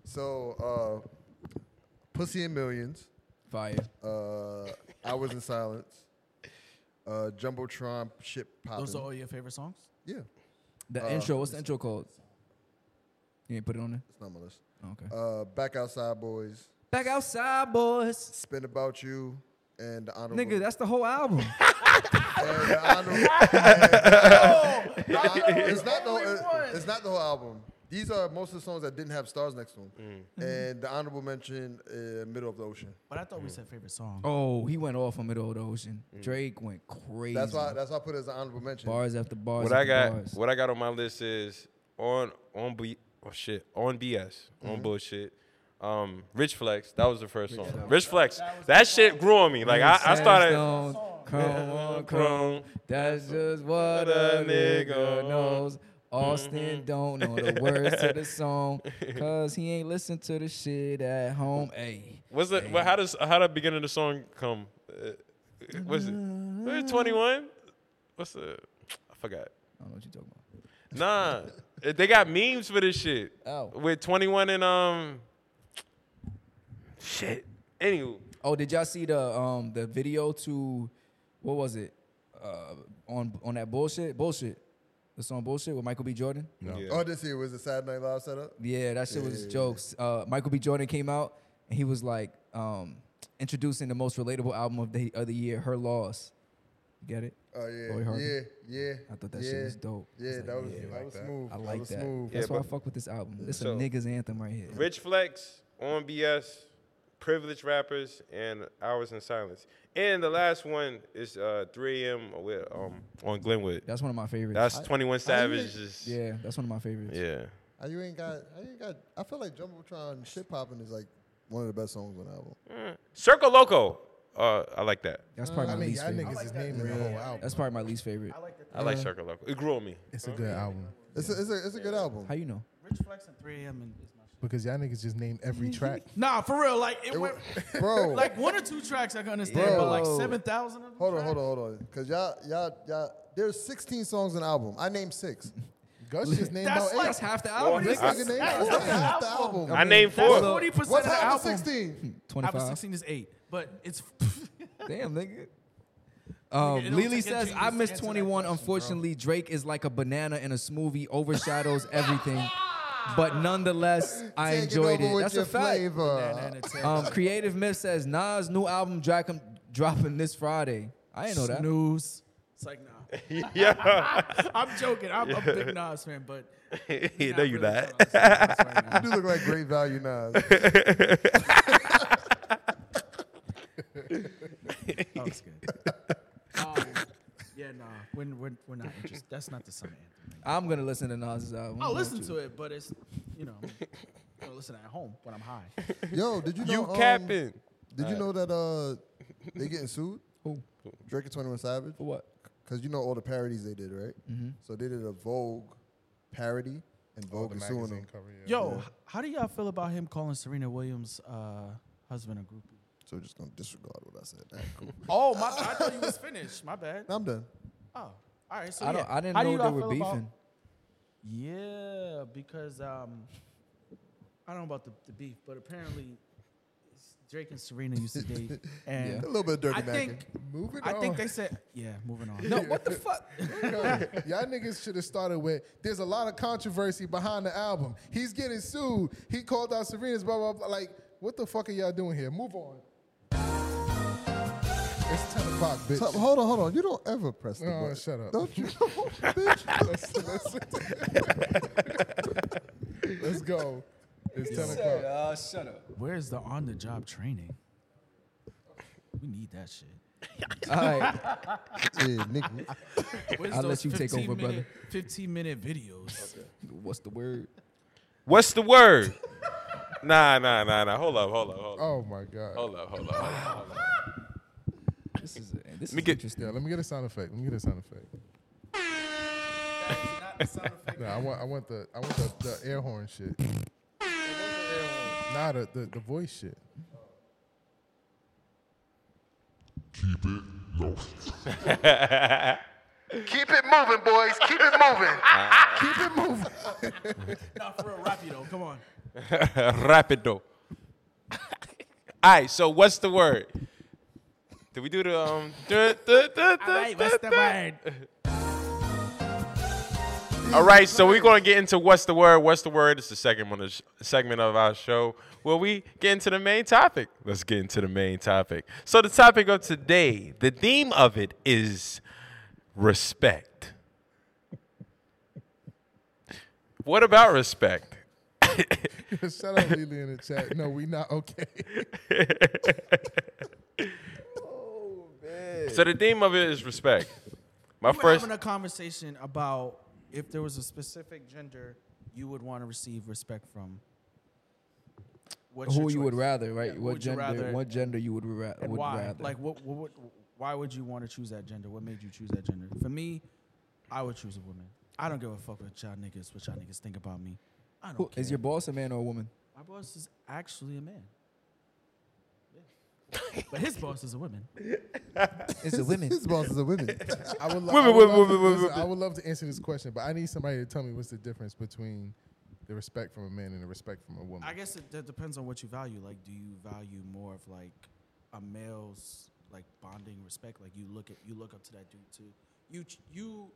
so uh, Pussy and Millions, Fire. Uh, I was in silence. Uh, Jumbotron shit popping. Those are all your favorite songs? Yeah. The Uh, intro. What's the intro called? You ain't put it on there. It's not my list. Okay. Uh, Back outside boys. Back outside, boys. Spin about you and the honorable. Nigga, that's the whole album. and the honorable- it's not the it- it's not the whole album. These are most of the songs that didn't have stars next to them. Mm. And the honorable mention, uh, Middle of the Ocean. But I thought we said favorite song. Mm. Oh, he went off on middle of the ocean. Drake went crazy. That's why that's why I put it as an honorable mention. bars after bars. What I after got, bars. what I got on my list is on on B, oh shit, on BS, on Mm-hmm. Mhm. bullshit. Um, Rich Flex, that was the first song. Flex. Rich Flex, that, shit grew on me. Like I, I started. Chrome on chrome. That's just what What a a nigga nigga knows. Austin don't know the words to the song because he ain't listen to the shit at home. Hey, What's the? Well, how does how the beginning of the song come? Uh, what's it? Twenty one. What's the? I forgot. I don't know what you're talking Nah, eh, they got memes for this shit. Oh. With twenty one and um. Shit. Anywho, about. Oh, did y'all see the um the video to what was it uh, on on that bullshit bullshit the song bullshit with Michael B Jordan? Yeah. Oh, this year was a Saturday Night Live setup. Yeah, that shit was jokes. Uh, Michael B. Jordan came out and he was like um, introducing the most relatable album of the other year, Her Loss. You get it? Oh yeah, Lori Harvey. yeah, yeah. I thought that yeah, shit was dope. I Yeah, like, that was yeah, that was that. smooth. I that like was that. smooth. That's Yeah, why I but- fuck with this album. This So- a niggas anthem right here. Rich Flex on BS, privileged rappers, and hours in silence. And the last one is uh 3M with um on Glenwood. That's one of my favorites. That's I- twenty one I really- Savage's. yeah, that's one of my favorites. Yeah. How Uh, you ain't got? How you ain't got? I feel like Jumbotron shit popping is like one of the best songs on the album. Circle Loco. Uh, I like that. That's probably I my mean, least y'all favorite. niggas is naming the whole album. That's probably my least favorite. I like Circle Loco. It grew on me. It's a good album It's a, it's a, it's a good album. How you know? Rich Flex and 3 a.m. and is my shit. because y'all niggas just named every track. Nah, for real. Like it, went Bro, like one or two tracks I can understand, but like Bro. seven thousand of them. hold on, hold on, hold on. Cause y'all, y'all, y'all. There's 16 songs in the album. I named six. Gus just named That's out like- eight. That's half the album. This I- nigga named that's out the half the album. album. I named That's four. forty percent What's of the half of album. 16? Half of 25. sixteen is eight, but it's. Damn, nigga. Um, don't Lily take a says, genius I to miss answer that 21. question, bro. Unfortunately, Drake is like a banana in a smoothie, overshadows everything. But nonetheless, I Take enjoyed over it. with That's your a fact. flavor. Um, Creative Myth says, Nas' new album drop- dropping this Friday. I didn't know that. News. It's like nah. yeah. I'm joking. I'm a big Nas fan, but no, you're not. You do look like great value Nas. That was good. Um, yeah, nah. We're, we're, we're not interested. That's not the summer anthem. I'm going to listen to Nas' album. I'll What Oh, listen you- to it, but it's you know I listen at home when I'm high. Yo, did you know? You um, capping. Did you Uh, know that uh they getting sued? Who? Drake and Twenty One Savage. For what? Because you know all the parodies they did, right? Mhm. So they did a Vogue parody, and Vogue the is suing magazine them. cover, Yo, Yeah. h- how do y'all feel about him calling Serena Williams uh, husband a groupie? So we're just gonna disregard what I said. All right, cool. Oh, my, I thought you was finished. My bad. I'm done. Oh, all right. So I yeah. don't. I didn't How do know y'all they were feel about- beefing. yeah, because um, I don't know about the, the beef, but apparently s- Drake and Serena used to date, and A little bit of dirty I macking. think Moving I think on. they said yeah. Moving on. No, what the fuck? Y'all niggas should have started with there's a lot of controversy behind the album. He's getting sued. He called out Serena's blah blah blah. Like, what the fuck are y'all doing here? Move on. It's 10 o'clock, bitch. So- hold on, hold on. You don't ever press the Oh, button. shut up. Don't you? Let's go. It's Yo. 10 o'clock. shut up. Where's the on the job training? We need that shit. All right. Yeah, nigga. Where's I'll let those you take 15 over, brother. minute- Fifteen minute videos. What's the word? What's the word? nah, nah, nah, nah. Hold up, hold up, hold up. Oh my god. Hold up, hold up, hold up. Hold up. This is this me is get- interesting. Yeah, let me get a sound effect. Let me get a sound effect. no, I want I want the I want the, the air horn shit. Nah, the, the, the voice shit. Keep it low. Keep it moving, boys. Keep it moving. Keep it moving. Not for a rapido. Come on. Rapido. All right, so what's the word? Did we do the um? duh, duh, duh, duh, right, what's duh, the duh? All right, so we're gonna get into what's the word? What's the word? It's the second one, of sh- segment of our show where we get into the main topic. Let's get into the main topic. So the topic of today, the theme of it is respect. What about respect? Shout out Lily in the chat. No, we not okay. So the theme of it is respect. My we were first having a conversation about if there was a specific gender you would want to receive respect from. What's Who your you would choice? rather, right? Yeah, who what would you gender? rather what gender you would, ra- and would why? rather? Like, what, what, would- Why would you want to choose that gender? What made you choose that gender? For me, I would choose a woman. I don't give a fuck what y'all niggas, what y'all niggas think about me. I don't Who- care. is your boss a man or a woman? My boss is actually a man. Yeah. but his boss is a woman. It's a women. His boss is a women. I would, lo- Women, women, I would love women, to, women, listen, women. I would love to answer this question, but I need somebody to tell me what's the difference between the respect from a man and the respect from a woman. I guess it that depends on what you value. Like, do you value more of like a male's like bonding respect? Like you look at you look up to that dude too. You ch- you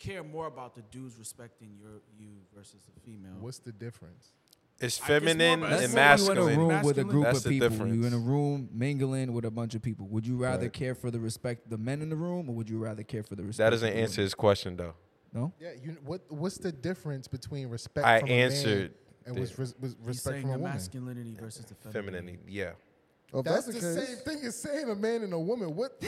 care more about the dudes respecting your you versus the female. What's the difference? It's I guess more feminine about- and That's when masculine. you in a room with a Masculine. group That's of the people. difference. You in a room mingling with a bunch of people. Would you rather Right. care for the respect the men in the room, or would you rather care for the respect? That of doesn't the women? answer his question though. No. Yeah, you, what what's the difference between respect I from a man answered and what's res, was He's respect saying from a the woman? masculinity versus the femininity. Femininity, yeah. Well, if that's, that's the, the case- same thing as saying a man and a woman. What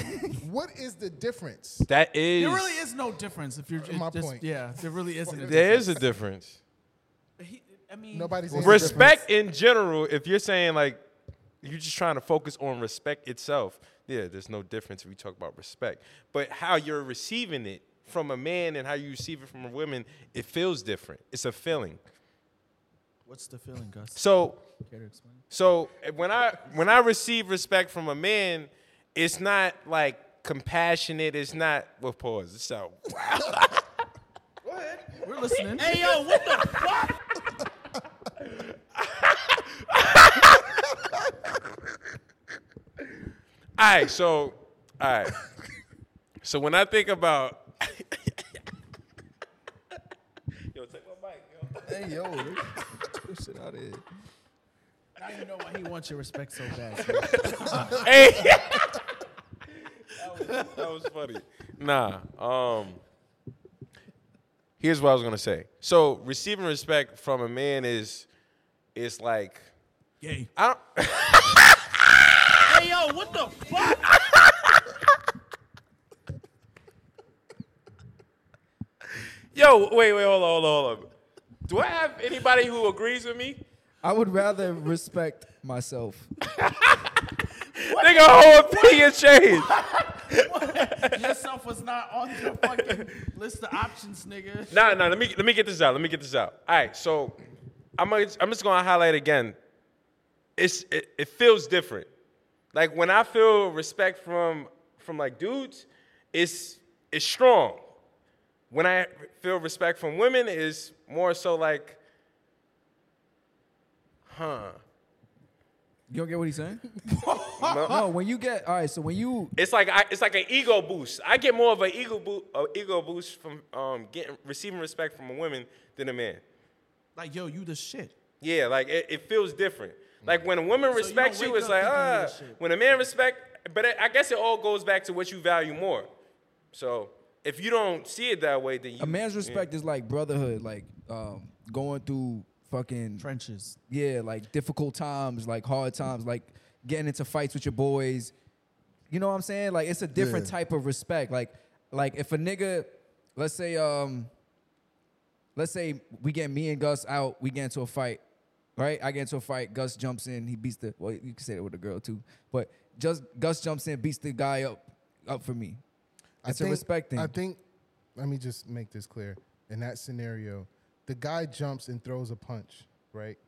what is the difference? That is There really is no difference if you're ju- My just, point. Yeah, there really isn't. A There is difference. a difference. He, I mean, Nobody's saying Respect in general, if you're saying like you're just trying to focus on respect itself, yeah, there's no difference if we talk about respect. But how you're receiving it from a man and how you receive it from a woman, it feels different. It's a feeling. What's the feeling, Gus? So Care to explain? So eh, when I when I receive respect from a man, it's not like compassionate. It's not well pause. It's out. We're listening. Hey yo, what the fuck? All right. So all right. So when I think about yo, take my mic, yo. Hey yo, this shit out of here. Now you know why he wants your respect so bad. Hey. that, was, that was funny. Nah. Um. Here's what I was gonna say. So receiving respect from a man is, is like Gay. I don't. Hey yo, what the fuck? Yo, wait, wait, hold on, hold on, hold on. Do I have anybody who agrees with me? I would rather respect myself. Nigga, whole opinion changed. Yourself was not on the fucking list of options, nigga. Nah, nah. Let me let me get this out. Let me get this out. All right. So, I'm gonna, I'm just gonna highlight again. It's it, it feels different. Like when I feel respect from from like dudes, it's it's strong. When I feel respect from women, is more so like, huh? You don't get what he's saying? no. when you get all right, so when you It's like I, it's like an ego boost. I get more of an ego boost, ego boost from um, getting receiving respect from a woman than a man. Like, yo, you the shit. Yeah, like it, it feels different. Like when a woman So you don't respects Mm. you, wake it's up like thinking you're ah. the shit. When a man respect, but I I guess it all goes back to what you value more. So if you don't see it that way, then you, a man's yeah. respect is like brotherhood, like um, going through fucking trenches. Yeah, like difficult times, like hard times, like getting into fights with your boys. You know what I'm saying? Like it's a different Yeah. type of respect. Like like if a nigga, let's say um, let's say we get me and Gus out, we get into a fight, right? I get into a fight, Gus jumps in, he beats the well, you can say that with a girl too, but just Gus jumps in, beats the guy up up for me. It's a respect thing. I think. Let me just make this clear. In that scenario, the guy jumps and throws a punch. Right.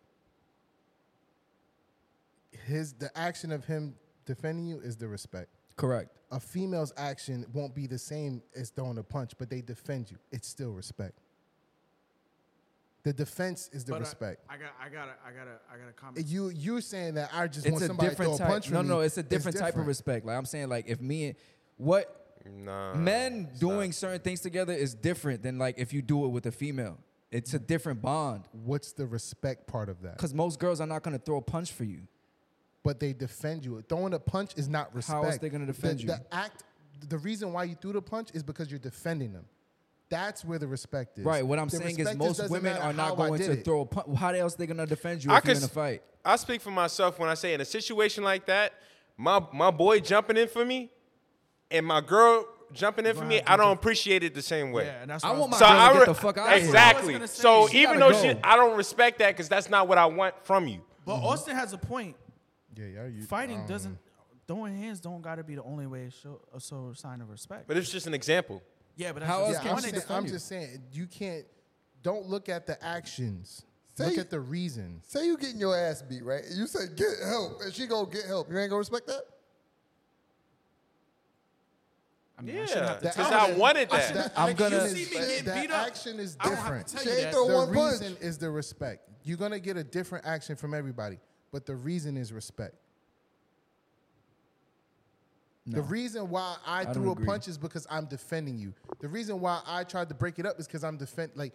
His the action of him defending you is the respect. Correct. A female's action won't be the same as throwing a punch, but they defend you. It's still respect. The defense is the But I- respect. I, got, I got, I got, I got a comment. you you saying that I just want it's a somebody to throw different a type. punch for no, me no, it's a is different, type of different. respect. Like I'm saying, like if me and what Nah, men doing certain things together is different than like if you do it with a female. It's a different bond What's the respect part of that? because most girls are not gonna throw a punch for you. but they defend you. Throwing a punch is not respect. How else they gonna The- defend you? The act, the reason why you threw the punch is because you're defending them. That's where the respect is. Right. What I'm The saying is respect just most doesn't women matter are how not I going did to it. throw a punch. How the else they gonna defend you I if you're could in a s- fight? I speak for myself when I say in a situation like that, my my boy jumping in for me, and my girl jumping in for me, I don't appreciate it the same way. Yeah, and that's I what want my was- So girl I to re- get the fuck out exactly. of here. So She even gotta though she, go. I don't respect that because that's not what I want from you. But Austin has a point. Yeah, yeah. You, Fighting um, doesn't, throwing hands don't gotta be the only way. Show, a so sign of respect. But it's just an example. yeah, but that's How just else Yeah, I'm, one they saying, example. defend I'm you? just saying you can't. Don't look at the actions. Say- look at the reason. Say you getting your ass beat, right? You say get help, and she go get help. You ain't gonna respect that. I mean, I shouldn't Yeah, have to That- because tell I you. wanted I that. shouldn't- I'm like, gonna- You see me That- get that beat up. action is I don't have to different. tell She you ain't that. throw the one punch. reason is the respect. You're gonna get a different action from everybody, but the reason is respect. The reason why I, don't threw a agree. punch is because I'm defending you. The reason why I tried to break it up is because I'm defend. Like,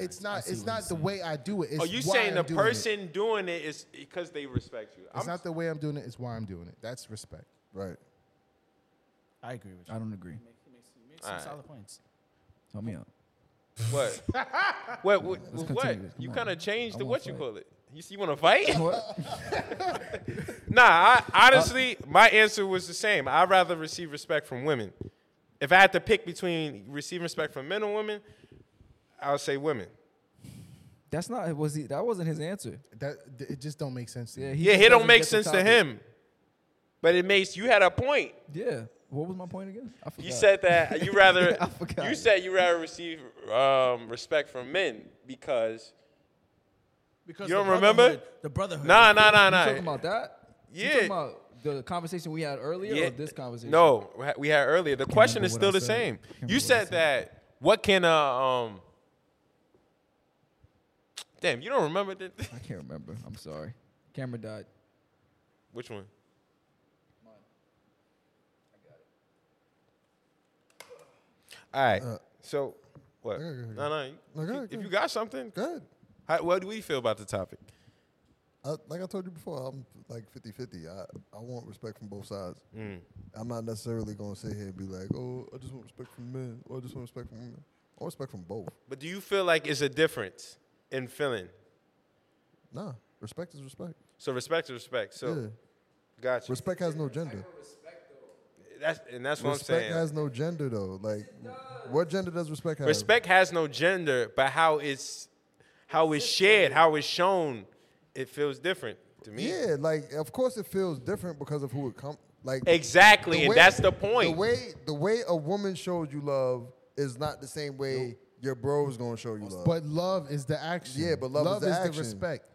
it's not. It's not the way I do it. It's Are Oh, you why saying I'm the doing it. person doing it is because they respect you? It's I'm- not the way I'm doing it. It's why I'm doing it. That's respect. Right. I agree with you. I don't agree. Make some Alright. solid points. Help me out. what? what? What? what? continue this. You Come kind on. of changed I the wanna what you fight. call it. You see, you want to fight? What? nah, Uh, I, honestly, my answer was the same. I'd rather receive respect from women. If I had to pick between receiving respect from men and women, I would say women. That's not was he? That wasn't his answer. That th- it just don't make sense. To me. he yeah, just it don't doesn't make get the sense to topic. him. But it makes you had a point. Yeah. What was my point again? I forgot. You said that you rather I forgot. you said you rather receive um, respect from men because Because You don't the remember? brotherhood- the brotherhood. nah nah nah You nah. talking about that? You Yeah. talking about the conversation we had earlier Yeah. or this conversation? No, we had- we had earlier. The question remember is what still I the said. same. Can't remember You what I said said. that what can uh um Damn, you don't remember the, I can't remember. I'm sorry. Camera died. Which one? All right. Uh, so what? No, no. you- Okay, If okay. you got something, Good. how, what do we feel about the topic? I, like I told you before, I'm like 50-50. I, I want respect from both sides. Mm. I'm not necessarily gonna sit here and be like, oh, I just want respect from men, or I just want respect from women. I want respect from both. But do you feel like it's a difference in feeling? Nah, respect is respect. So respect is respect. So yeah, gotcha. respect has no gender. that's and that's what I'm respect saying. has no gender though. Like, what gender does respect have? respect has no gender, but how it's how it's shared, how it's shown, it feels different to me. Yeah, like of course it feels different because of who it comes. Like Exactly, the and that's the point. The way the way a woman shows you love is not the same way your bro's gonna show you love. But love is the action. Yeah, but love is the action. respect.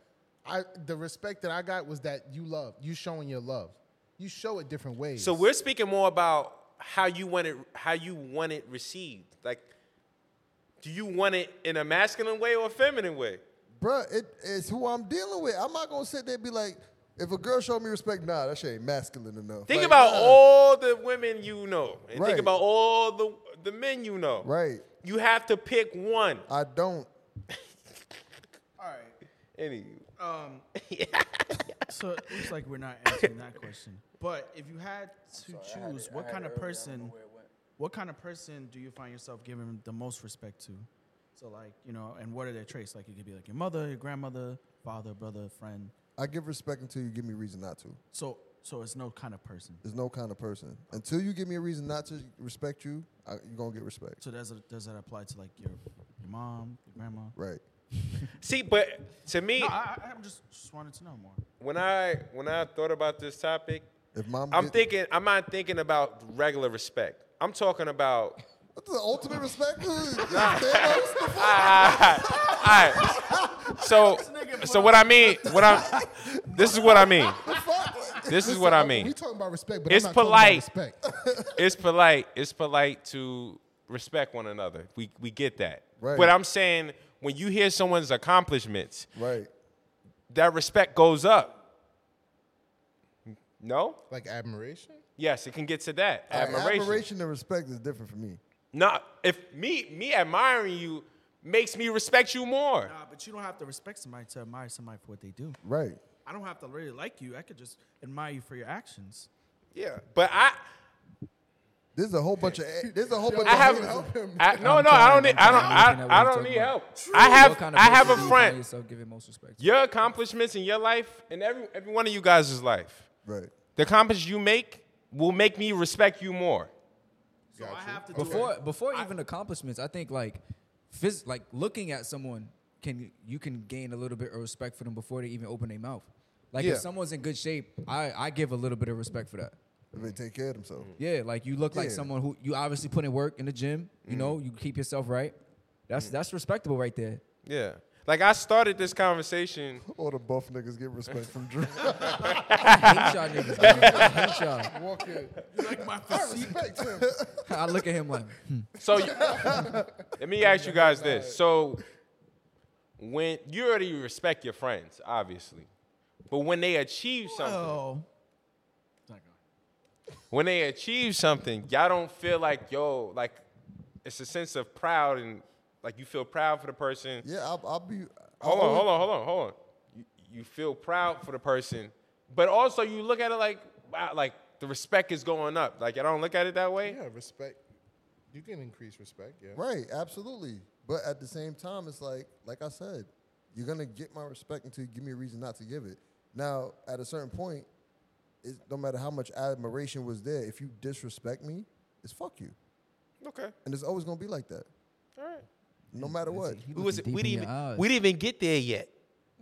I the respect that I got was that you love. You showing your love. You show it different ways. So we're speaking more about how you want it, how you want it received. Like, do you want it in a masculine way or a feminine way? Bruh, it, it's who I'm dealing with. I'm not gonna sit there and be like, if a girl show me respect, nah, that shit ain't masculine enough. Think Like, about nah. all the women you know, and Right. think about all the the men you know. Right. You have to pick one. I don't. All right. Any. Um, so it looks like we're not answering that question. But if you had to choose, what kind of person, what kind of person do you find yourself giving the most respect to? So like you know, and what are their traits? Like it could be like your mother, your grandmother, father, brother, friend. I give respect until you give me reason not to. So so it's no kind of person. There's no kind of person. Until you give me a reason not to respect you, I, you're gonna get respect. So does it, does that apply to like your your mom, your grandma? Right. See, but to me, No, I, I- I'm just just wanted to know more. when I when I thought about this topic, If mom, I'm get- thinking I'm not thinking about regular respect. I'm talking about What's the ultimate respect? All right. So, so what I mean, what I, this is what I mean. This is what I mean. We talking about respect, but it's I'm not polite. Talking about respect. it's polite. It's polite to respect one another. We we get that. Right. But I'm saying when you hear someone's accomplishments, right. that respect goes up. No. Like admiration. Yes, it can get to that admiration. Admiration and respect is different for me. No, if me me admiring you makes me respect you more. Nah, Uh, but you don't have to respect somebody to admire somebody for what they do. Right. I don't have to really like you. I could just admire you for your actions. Yeah. But I There's a whole bunch of there's a whole bunch I of have haters. I, no no I don't need I don't I, I don't need help. I have I have a friend. Yourself giving most respect. Your accomplishments in your life and every every one of you guys' life. Right. The accomplishments you make will make me respect you more. So I have to do before before even accomplishments, I think like phys- like looking at someone can you can gain a little bit of respect for them before they even open their mouth. Like Yeah. if someone's in good shape, I, I give a little bit of respect for that. If they take care of themselves. Mm-hmm. Yeah, like you look like Yeah. someone who you obviously put in work in the gym. You Mm-hmm. know, you keep yourself right. Mm. That's that's respectable right there. Yeah. Like I started this conversation. All the buff niggas get respect from Drew. hate y'all niggas. man. I hate y'all. Walk in. like my I respect him. I look at him like So you- let me ask you guys this. So when you already respect your friends, obviously. But when they achieve something, Oh. when they achieve something, y'all don't feel like, yo, like it's a sense of proud and like you feel proud for the person. yeah, I'll, I'll be. I'll Hold on, always- hold on, hold on, hold on. You, you feel proud for the person, but also you look at it like, wow, like the respect is going up. Like I don't look at it that way. Yeah, respect. You can increase respect. Yeah. Right, absolutely. But at the same time, it's like, like I said, you're gonna get my respect until you give me a reason not to give it. Now, at a certain point, it don't matter how much admiration was there. If you disrespect me, it's fuck you, Okay, and it's always gonna be like that, all right. no matter what. We, was, we didn't even, eyes. we didn't even get there yet.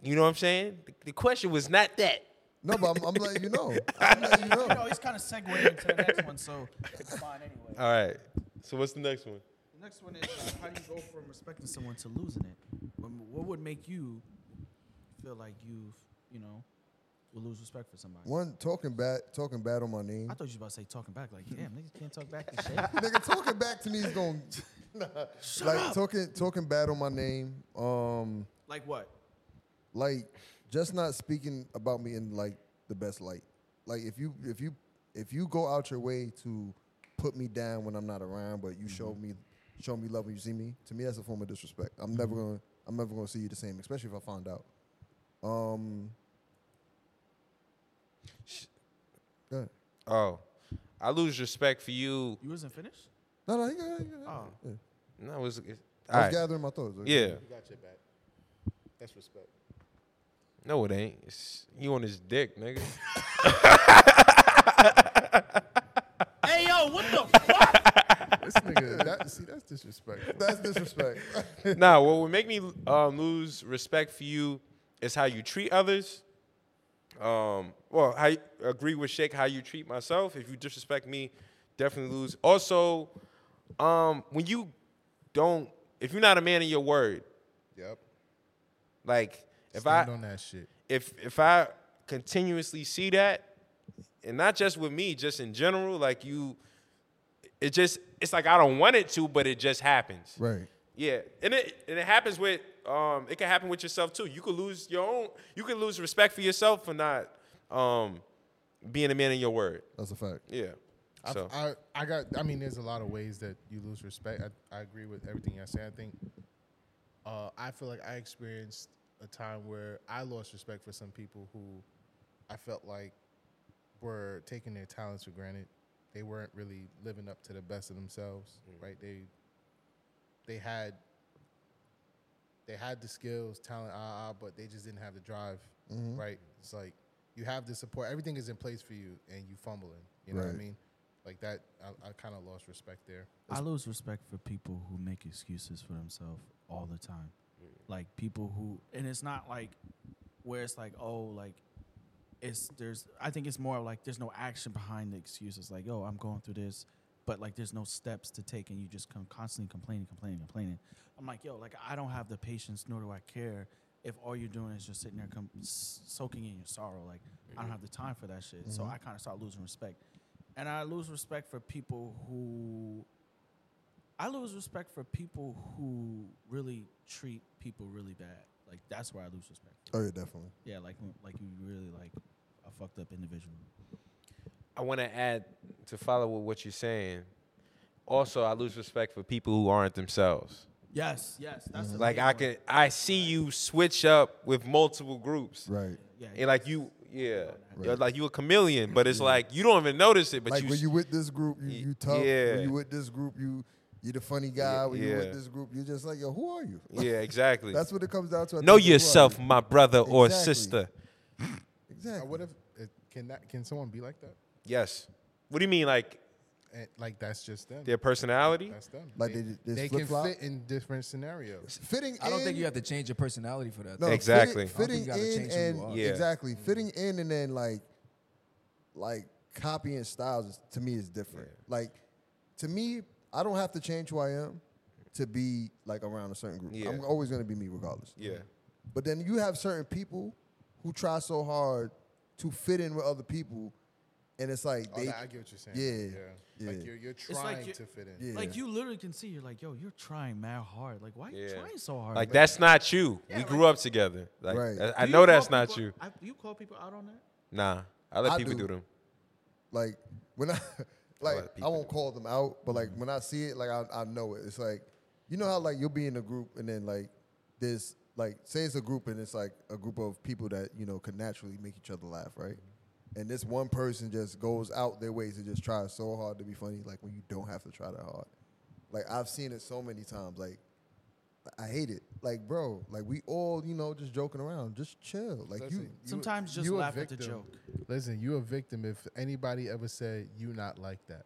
You know what I'm saying? The, the question was not that. No, but I'm, I'm letting you know. I'm letting you You know. know, he's kind of segueing into the next one, so it's fine anyway. All right. So what's the next one? The next one is uh, how do you go from respecting someone to losing it? What, what would make you feel like you, you know, will lose respect for somebody? One talking bad, talking bad on my name. I thought you was about to say talking back, like, damn, niggas can't talk back to shit. Nigga, talking back to me is gonna like talking talking bad on my name. Um, like what? like just not speaking about me in like the best light. Like if you if you if you go out your way to put me down when I'm not around, but you show me show me love when you see me, to me that's a form of disrespect. I'm never gonna I'm never gonna see you the same, especially if I find out. Um. go ahead. Oh, I lose respect for you. You wasn't finished? No, no, you got it, you got it. Oh. Yeah. No, it was, it, I all was right. gathering my thoughts. okay? Yeah. You got your back. That's respect. No, it ain't. It's, you on his dick, nigga. hey yo, what the fuck? This nigga, that, see, that's disrespectful. That's disrespect. nah, what would make me um, lose respect for you is how you treat others. Um, well, I agree with Shake how you treat myself. If you disrespect me, definitely lose. Also, um, when you don't, if you're not a man of your word, Yep. like if Stand I on that shit. if if I continuously see that, and not just with me, just in general, like you, it just it's like I don't want it to, but it just happens. Right. Yeah, and it and it happens with um it can happen with yourself too. You could lose your own you could lose respect for yourself for not um being a man in your word. That's a fact. Yeah. I, So I, I got. I mean, there's a lot of ways that you lose respect. I, I agree with everything you said. I think. Uh, I feel like I experienced a time where I lost respect for some people who I felt like were taking their talents for granted. They weren't really living up to the best of themselves, right? They they had they had the skills, talent, ah, ah, but they just didn't have the drive, Mhm. right? It's like you have the support, everything is in place for you, and you fumbling. You know what I Right. mean? Like that, I, I kind of lost respect there. I lose respect for people who make excuses for themselves all the time. Like people who, and it's not like where it's like, oh, like it's there's. I think it's more like there's no action behind the excuses. Like, oh, I'm going through this, but like there's no steps to take, and you just come constantly complaining, complaining, complaining. I'm like, yo, like I don't have the patience, nor do I care if all you're doing is just sitting there com- s- soaking in your sorrow. Like I don't have the time for that shit. So Mhm. I kind of start losing respect, and I lose respect for people who I lose respect for people who really treat people really bad. Like that's where I lose respect. Oh, yeah, definitely. Yeah, like when- like you really like a fucked up individual. I want to add to follow with what you're saying. Also, I lose respect for people who aren't themselves. Yes, yes, that's a like big I one. can I see you switch up with multiple groups. Right. Yeah, And like you yeah. You're Like you a chameleon, but it's like you don't even notice it, but like you when you with this group, you, you tough. yeah. When you with this group, you you the funny guy. When you yeah. with this group, you just like yo, who are you? Yeah, exactly. That's what it comes down to. I know think, is who are yourself, you? my brother or Exactly. sister. Exactly. What if it, can that can someone be like that? Yes. What do you mean like And, like that's just them. Their personality? That's them. Like they- they they can flip-flop? fit in different scenarios. Fitting. I don't think in- you have to change your personality for that. No, though. Exactly. Fitting, I don't think you fitting gotta in change who and you are. Yeah. exactly fitting in and then like like copying styles is, to me is different. Like to me, I don't have to change who I am to be like around a certain group. Yeah. I'm always gonna be me regardless. Yeah. But then you have certain people who try so hard to fit in with other people, and it's like Oh, they. I get what you're saying. Yeah. Yeah. Like you're- you're trying you- to fit in. Yeah. Like you literally can see, you're like, yo, you're trying mad hard. Like why are you Yeah. trying so hard? Like that's not you. we grew up together. Like Right. I, I Do you know call that's not you. I, you call people out on that? Nah. I let I people do. do. them. like when I like I won't call them out, but like when I see it, like I, I know it. It's like you know how like you'll be in a group and then like there's like say it's a group and it's like a group of people that you know can naturally make each other laugh, right? And this one person just goes out their ways to just try so hard to be funny, like when you don't have to try that hard. Like I've seen it so many times, like. I hate it, like bro. Like we all, you know, just joking around, just chill. Like you, Listen, you- Sometimes just you a laugh at the victim. joke. Listen, you a victim if anybody ever said you not like that.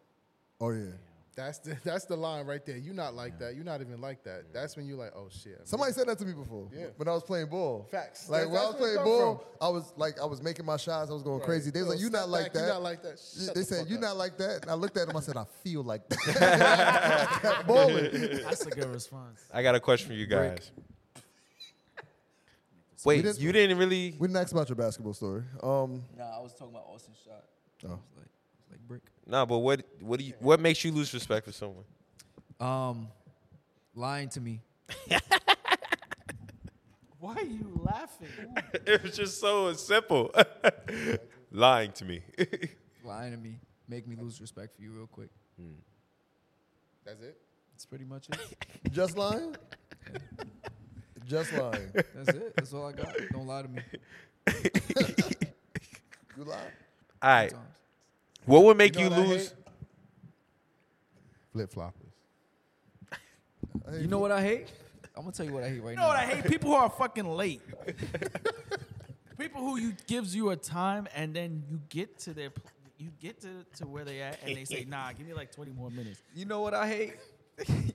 Oh yeah. That's the that's the line right there. You not like that. You not even like that. That's when you like, oh shit. I'm Somebody said that to me before. Yeah. When I was playing ball. Facts. Like That- when I was that's where it playing come ball, I was like I was making my shots. I was going Right. crazy. They was Yo, like, "You step not like back. that." You not like that. Yeah, Shut they the said, fuck "You up." not like that." And I looked at them. I said, "I feel like that." I kept bowling. That's a good response. I got a question for you Break. guys. Wait, We didn't- you didn't really We didn't ask about your basketball story. Um, Nah, I was talking about Austin shot. I Oh. was like, I was like brick. Nah, but what what do you what makes you lose respect for someone? Um, lying to me. Why are you laughing? it was just so simple. Lying to me. lying to me. Make me lose respect for you real quick. That's it. That's pretty much it. just lying. just lying. That's it. That's all I got. Don't lie to me. You lie. All right. What would make You you, know what I lose? hate? Flip floppers. You know what I hate? I'm gonna tell you what I hate right You know what now. I hate? People who are fucking late. People who you gives you a time and then you get to their pl- you get to, to where they at and they say, nah, give me like 20 more minutes. You know what I hate? you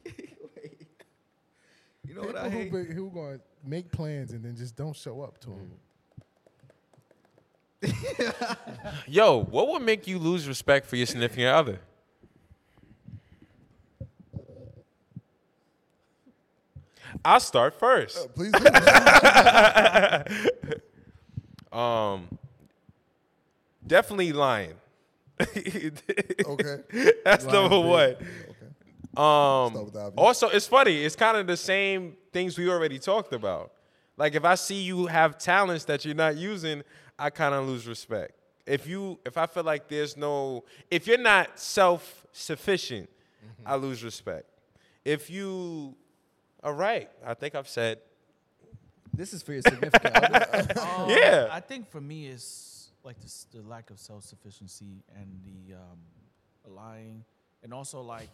know what I hate? Who, who going to make plans and then just don't show up to them? Yo, what would make you lose respect for your significant other? I'll start first. please. um, definitely lying. okay. That's Lying's number big. one. with the Um, obvious. also, it's funny. It's kind of the same things we already talked about. Like if I see you have talents that you're not using, I kind of lose respect. If you, if I feel like there's no, if you're not self sufficient, I lose respect. If you, all right, I think I've said. This is for your significant other. Um, yeah. I think for me, it's like this, the lack of self sufficiency and the um, lying, and also like,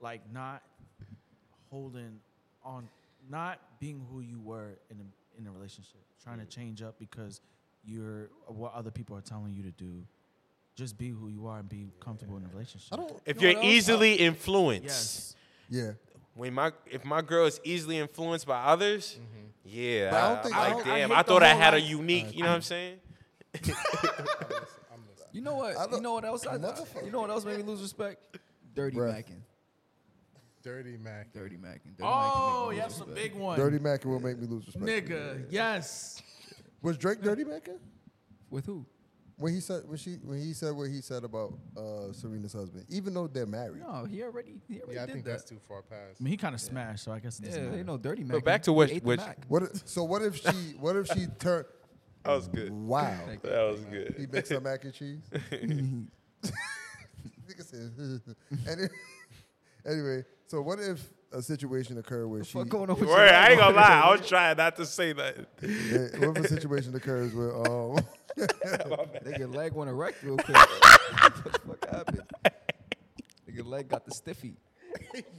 like not holding on, not being who you were in a, in a relationship, trying to change up because you're what other people are telling you to do. Just be who you are and be comfortable in a relationship. If you're easily influenced. Yes. Yeah. When my if my girl is easily influenced by others, yeah, But I don't I think- am I like don't- I damn, hate I, the thought I whole, had a like- unique. you know what I'm saying? You know what? You know what else? I, you know what else made me lose respect? Dirty macking. Dirty Mac. Dirty Mac. Dirty Oh, yeah, that's a big one. Dirty Mackin will make me lose respect. Nigga, yes. Was Drake Dirty Mackin? With who? When he said when she when he said what he said about uh, Serena's husband, even though they're married. No, he already he already Yeah, I did think that. that's too far past. I mean, he kind of smashed, so I guess it doesn't yeah, matter. ain't no dirty Mac. But back to which which What? if- So what if she? What if she turned? that was good. Wow. That was good. He makes some mac and cheese. Nigga said, Any- anyway, so what if a situation occurred where she? fuck going on with Word, I ain't gonna lie. I was trying not to say that. Yeah, eh, what if a situation occurs where um, Nigga leg went erect real quick. what the fuck happened? Nigga leg got the stiffy.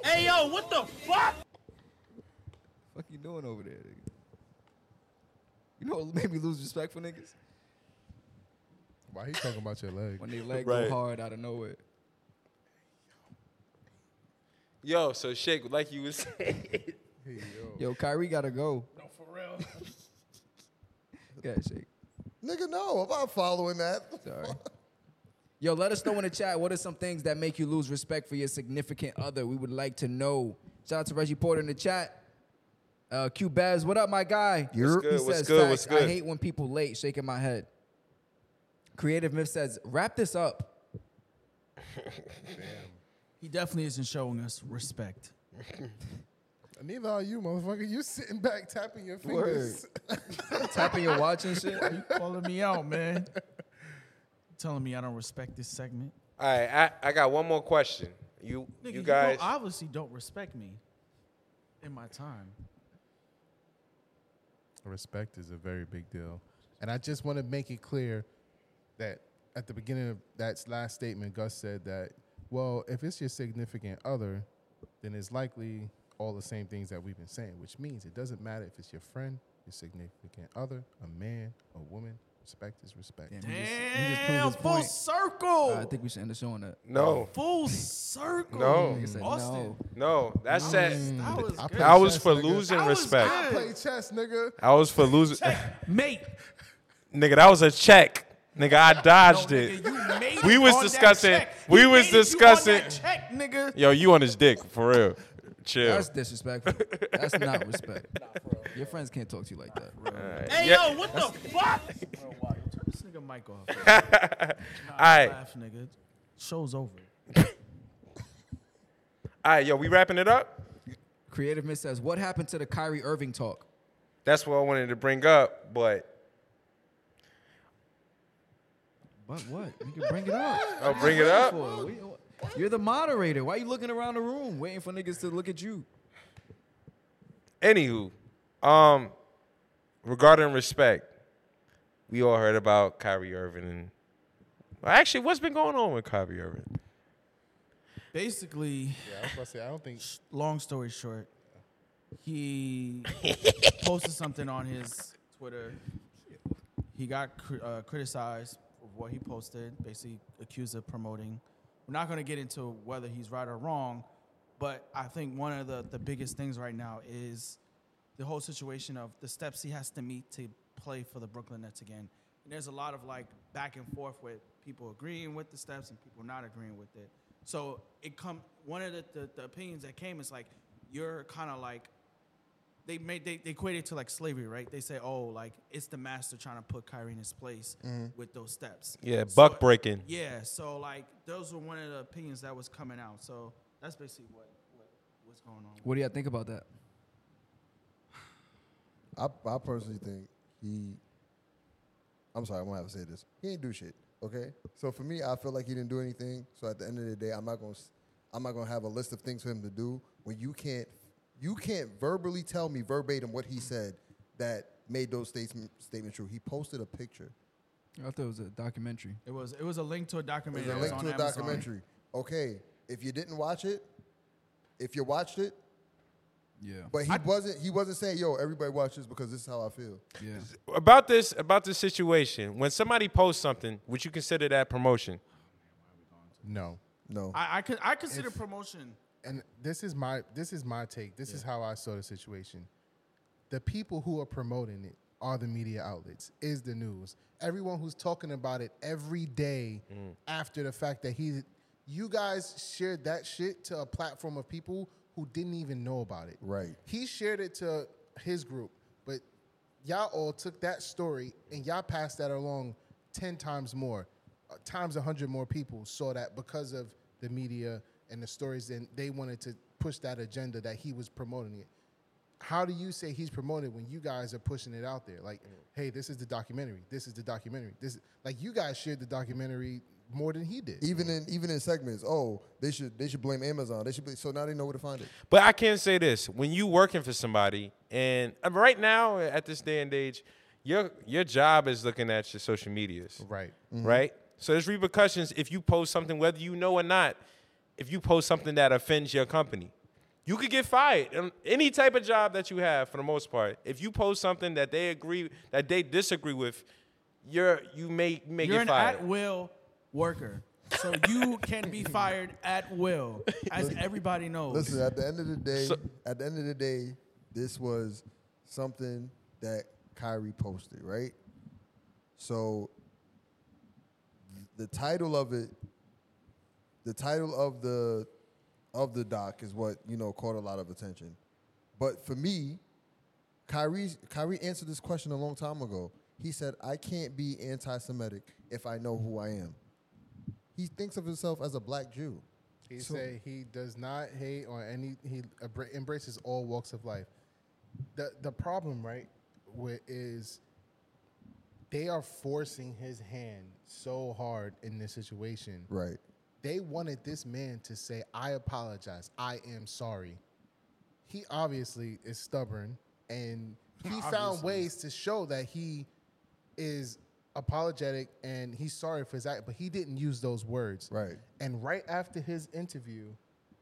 Hey yo, what the fuck? Fuck you doing over there, nigga? You know what made me lose respect for niggas? Why he talking about your leg? When they leg Right. go hard out of nowhere. Yo, so shake like you was saying. Hey, yo. Yo, Kyrie gotta go. No, for real. Gotta shake. nigga, no, I'm not following that. Sorry. Yo, let us know in the chat what are some things that make you lose respect for your significant other. We would like to know. Shout out to Reggie Porter in the chat. Uh, Q Babs, what up, my guy? You're- he good? What's says, good? What's "Facts, I good?" hate when people late, shaking my head. Creative Myth says, wrap this up. He definitely isn't showing us respect. Neither are you, motherfucker. You sitting back tapping your fingers. Tapping your watch and shit. You calling me out, man. Telling me I don't respect this segment. All right, I, I got one more question. You you Nigga, you guys, don't- obviously don't respect me in my time. Respect is a very big deal. And I just want to make it clear that at the beginning of that last statement, Gus said that, well, if it's your significant other, then it's likely all the same things that we've been saying, which means it doesn't matter if it's your friend, your significant other, a man, a woman. Respect is respect. Damn, he just, he just proved his full point. Uh, circle. I think we should end the show on that. no, full circle. No. Nigga said, Austin. no, that said, That was I good. that was for Chess, nigga. losing I was respect. good. I play chess, nigga. I was for losing, Mate. nigga. That was a check, nigga. I dodged No, it. Oh, nigga, you made We it was on that discussing- check. we You was made it, you on discussing- that check, nigga. Yo, you on his dick for real? Chill. That's disrespectful. That's not respect. Your friends can't talk to you like that. Hey Yeah. yo, what the fuck? Bro, wow, yo, turn this nigga mic off. All right, all Laugh, nigga. Show's over. right, yo, we wrapping it up. Creative Miss says, what happened to the Kyrie Irving talk? That's what I wanted to bring up, but But what? You can bring it up. I'll bring it up. for? We- You're the moderator. Why you looking around the room waiting for niggas to look at you? Anywho, um, regarding respect, we all heard about Kyrie Irving and well, actually, what's been going on with Kyrie Irving? Basically, Yeah, I was about to say, I don't think long story short, he posted something on his Twitter. He got cr- uh, criticized of what he posted, basically accused of promoting. We're not going to get into whether he's right or wrong, but I think one of the, the biggest things right now is the whole situation of the steps he has to meet to play for the Brooklyn Nets again. And there's a lot of like back and forth with people agreeing with the steps and people not agreeing with it. So it come one of the, the, the opinions that came is like you're kind of like they made they, they equate it to like slavery, right? They say, oh, like it's the master trying to put Kyrie in his place Mhm. with those steps. Yeah, buck breaking. Yeah, so like those were one of the opinions that was coming out. So that's basically what, what what's going on. What do y'all think about that? I, I personally think he. I'm sorry, I'm gonna have to say this. He ain't do shit. Okay, so for me, I feel like he didn't do anything. So at the end of the day, I'm not gonna, s- I'm not gonna have a list of things for him to do when you can't, you can't verbally tell me verbatim what he said that made those statements statements true. He posted a picture. I thought it was a documentary. It was it was a link to a documentary. There's a that was link on to a Amazon. documentary. Okay, if you didn't watch it, if you watched it, yeah. But he wasn't. He wasn't saying, "Yo, everybody watch this because this is how I feel." Yeah. about this about this situation. When somebody posts something, would you consider that promotion? No. No. I I, con- I consider If- promotion. and this is my this is my take. This is how I saw the situation. The people who are promoting it are the media outlets. Is the news. Everyone who's talking about it every day after the fact that he you guys shared that shit to a platform of people who didn't even know about it. Right. He shared it to his group, but y'all all took that story and y'all passed that along 10 times more, uh, times 100 more people saw that because of the media and the stories, and they wanted to push that agenda that he was promoting it. How do you say he's promoted when you guys are pushing it out there? Like, hey, this is the documentary. This is the documentary. This, like, you guys shared the documentary more than he did. Even in even in segments, oh, they should they should blame Amazon. They should be, so now they know where to find it. But I can say this: when you working for somebody, and uh, right now at this day and age, your your job is looking at your social medias, right? Mm-hmm. Mhm. Right. So there's repercussions if you post something, whether you know or not. If you post something that offends your company, you could get fired. Um, Any type of job that you have, for the most part, if you post something that they agree that they disagree with, you're you may you may You're get an fired. at will worker, so you can be fired at will, as everybody knows. Listen, at the end of the day, So- at the end of the day, this was something that Kyrie posted, right? So th- the title of it, the title of the of the doc is what, you know, caught a lot of attention. But for me, Kyrie Kyrie answered this question a long time ago. He said, "I can't be anti-Semitic if I know who I am." He thinks of himself as a black Jew. He So- say he does not hate on any. He abra- embraces all walks of life. The the problem, right, with is they are forcing his hand so hard in this situation. Right. They wanted this man to say, "I apologize. I am sorry." He obviously is stubborn, and he found Obviously. ways to show that he is apologetic and he's sorry for his act, but he didn't use those words. Right. And right after his interview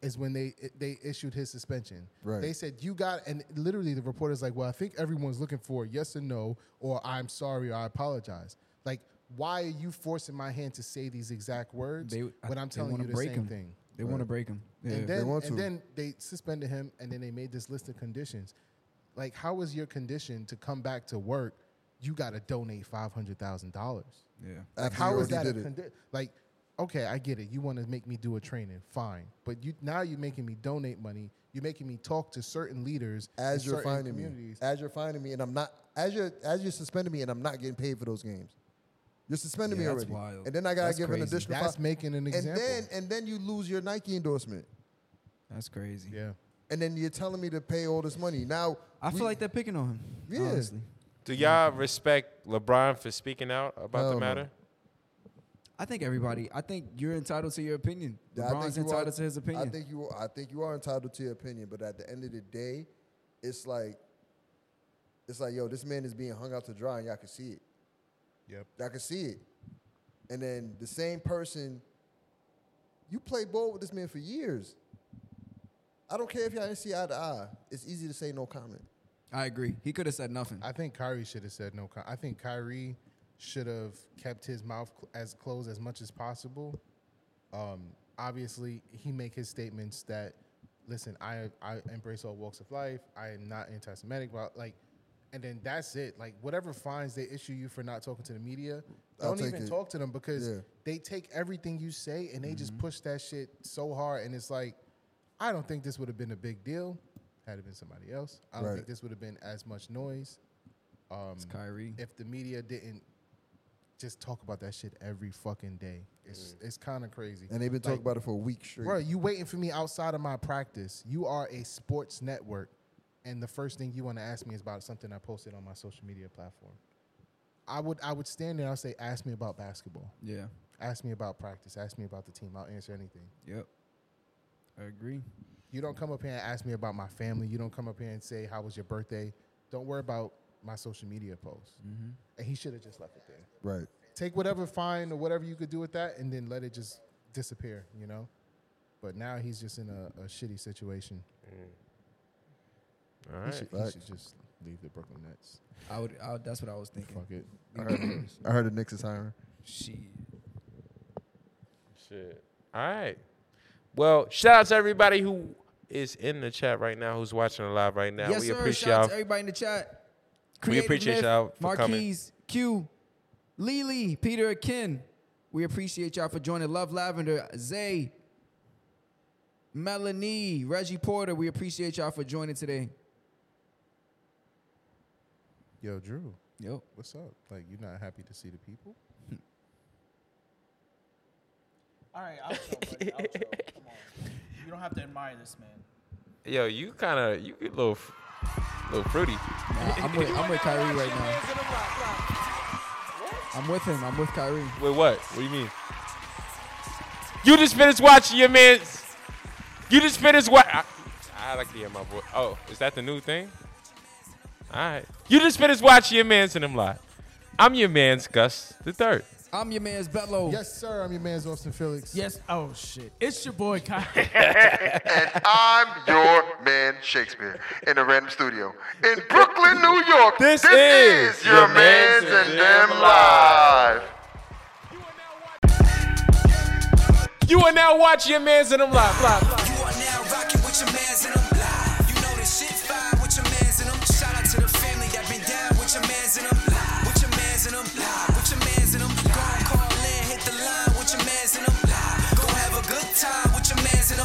is when they they issued his suspension. Right. They said you got and literally the reporter's like, "Well, I think everyone's looking for a yes or no or I'm sorry or I apologize." Like, why are you forcing my hand to say these exact words when I'm they telling wanna you the break same him. thing? They wanna Right. break him. Yeah. And They then, want and to. then they suspended him and then they made this list of conditions. Like, how is your condition to come back to work? You got to donate five hundred thousand dollars. Yeah. Like, After how you is that already a did it. condi- like? Okay, I get it. You want to make me do a training, fine. But you now you're making me donate money. You're making me talk to certain leaders as in you're certain finding me, communities. as you're finding me, and I'm not as you're as you're suspending me, and I'm not getting paid for those games. You're suspending Yeah, me that's already, wild. and then I gotta That's give an crazy. additional. That's fi- making an And example. then and then you lose your Nike endorsement, That's crazy. Yeah. and then you're telling me to pay all this money. Now I feel like they're picking on him. Yeah. Honestly. Do y'all respect LeBron for speaking out about Hell the no. matter? I think everybody. I think you're entitled to your opinion. I think LeBron's you entitled are- to his opinion. I think you. I think you are entitled to your opinion, but at the end of the day, it's like, it's like, yo, this man is being hung out to dry, and y'all can see it. Yep. Y'all can see it, and then the same person. You played ball with this man for years. I don't care if y'all didn't see eye to eye. It's easy to say no comment. I agree. He could have said nothing. I think Kyrie should have said no. co- I think Kyrie should have kept his mouth cl- as closed as much as possible. Um, obviously, he make his statements that, listen, I I embrace all walks of life. I am not anti-Semitic, but like, and then that's it. Like whatever fines they issue you for not talking to the media, I'll don't take even it. talk to them because Yeah. they take everything you say and they just push that shit so hard. And it's like, I don't think this would have been a big deal had it been somebody else. I don't Right. think this would have been as much noise. Um, Kyrie. If the media didn't just talk about that shit every fucking day, it's it's kind of crazy. And they've been talking Like, about it for a week straight. Bro, you waiting for me outside of my practice. You are a sports network, and the first thing you want to ask me is about something I posted on my social media platform. I would I would stand there and I'll say, ask me about basketball. Yeah. Ask me about practice. Ask me about the team. I'll answer anything. Yep. I agree. You don't come up here and ask me about my family. You don't come up here and say, How was your birthday? Don't worry about my social media post. And he should have just left it there. Right. Take whatever fine or whatever you could do with that and then let it just disappear, you know? But now he's just in a, a shitty situation. All He right. should, he should just leave the Brooklyn Nets. I would. I, that's what I was thinking. Fuck it. I heard, I heard the Knicks is hiring. Shit. Shit. All right. Well, shout out to everybody who is in the chat right now, who's watching live right now. yes, we sir. appreciate Shout out y'all. to everybody in the chat. We appreciate y'all for coming. Marquise, Q, Lily, Peter, Akin. We appreciate y'all for joining Love Lavender, Zay, Melanie, Reggie Porter. We appreciate y'all for joining today. Yo, Drew. Yo. What's up? Like, you not happy to see the people? All right, outro, buddy, outro. Come on. You don't have to admire this man. Yo, you kind of you get a little, f- little fruity. I'm with, I'm with Kyrie right now. I'm with him. I'm with Kyrie. Wait, what? What do you mean? You just finished watching your man. You just finished what? I, I like to hear my voice. Oh, is that the new thing? All right. You just finished watching your man's in them live. I'm your man's Gus the third. I'm your man's Bello. Yes, sir. I'm your man's Austin Felix. Yes. Oh shit. It's your boy Kyle. and I'm your man Shakespeare in a random studio in Brooklyn, New York. This, is, your, man's, and them live. You are now watching your man's in them live. live, live.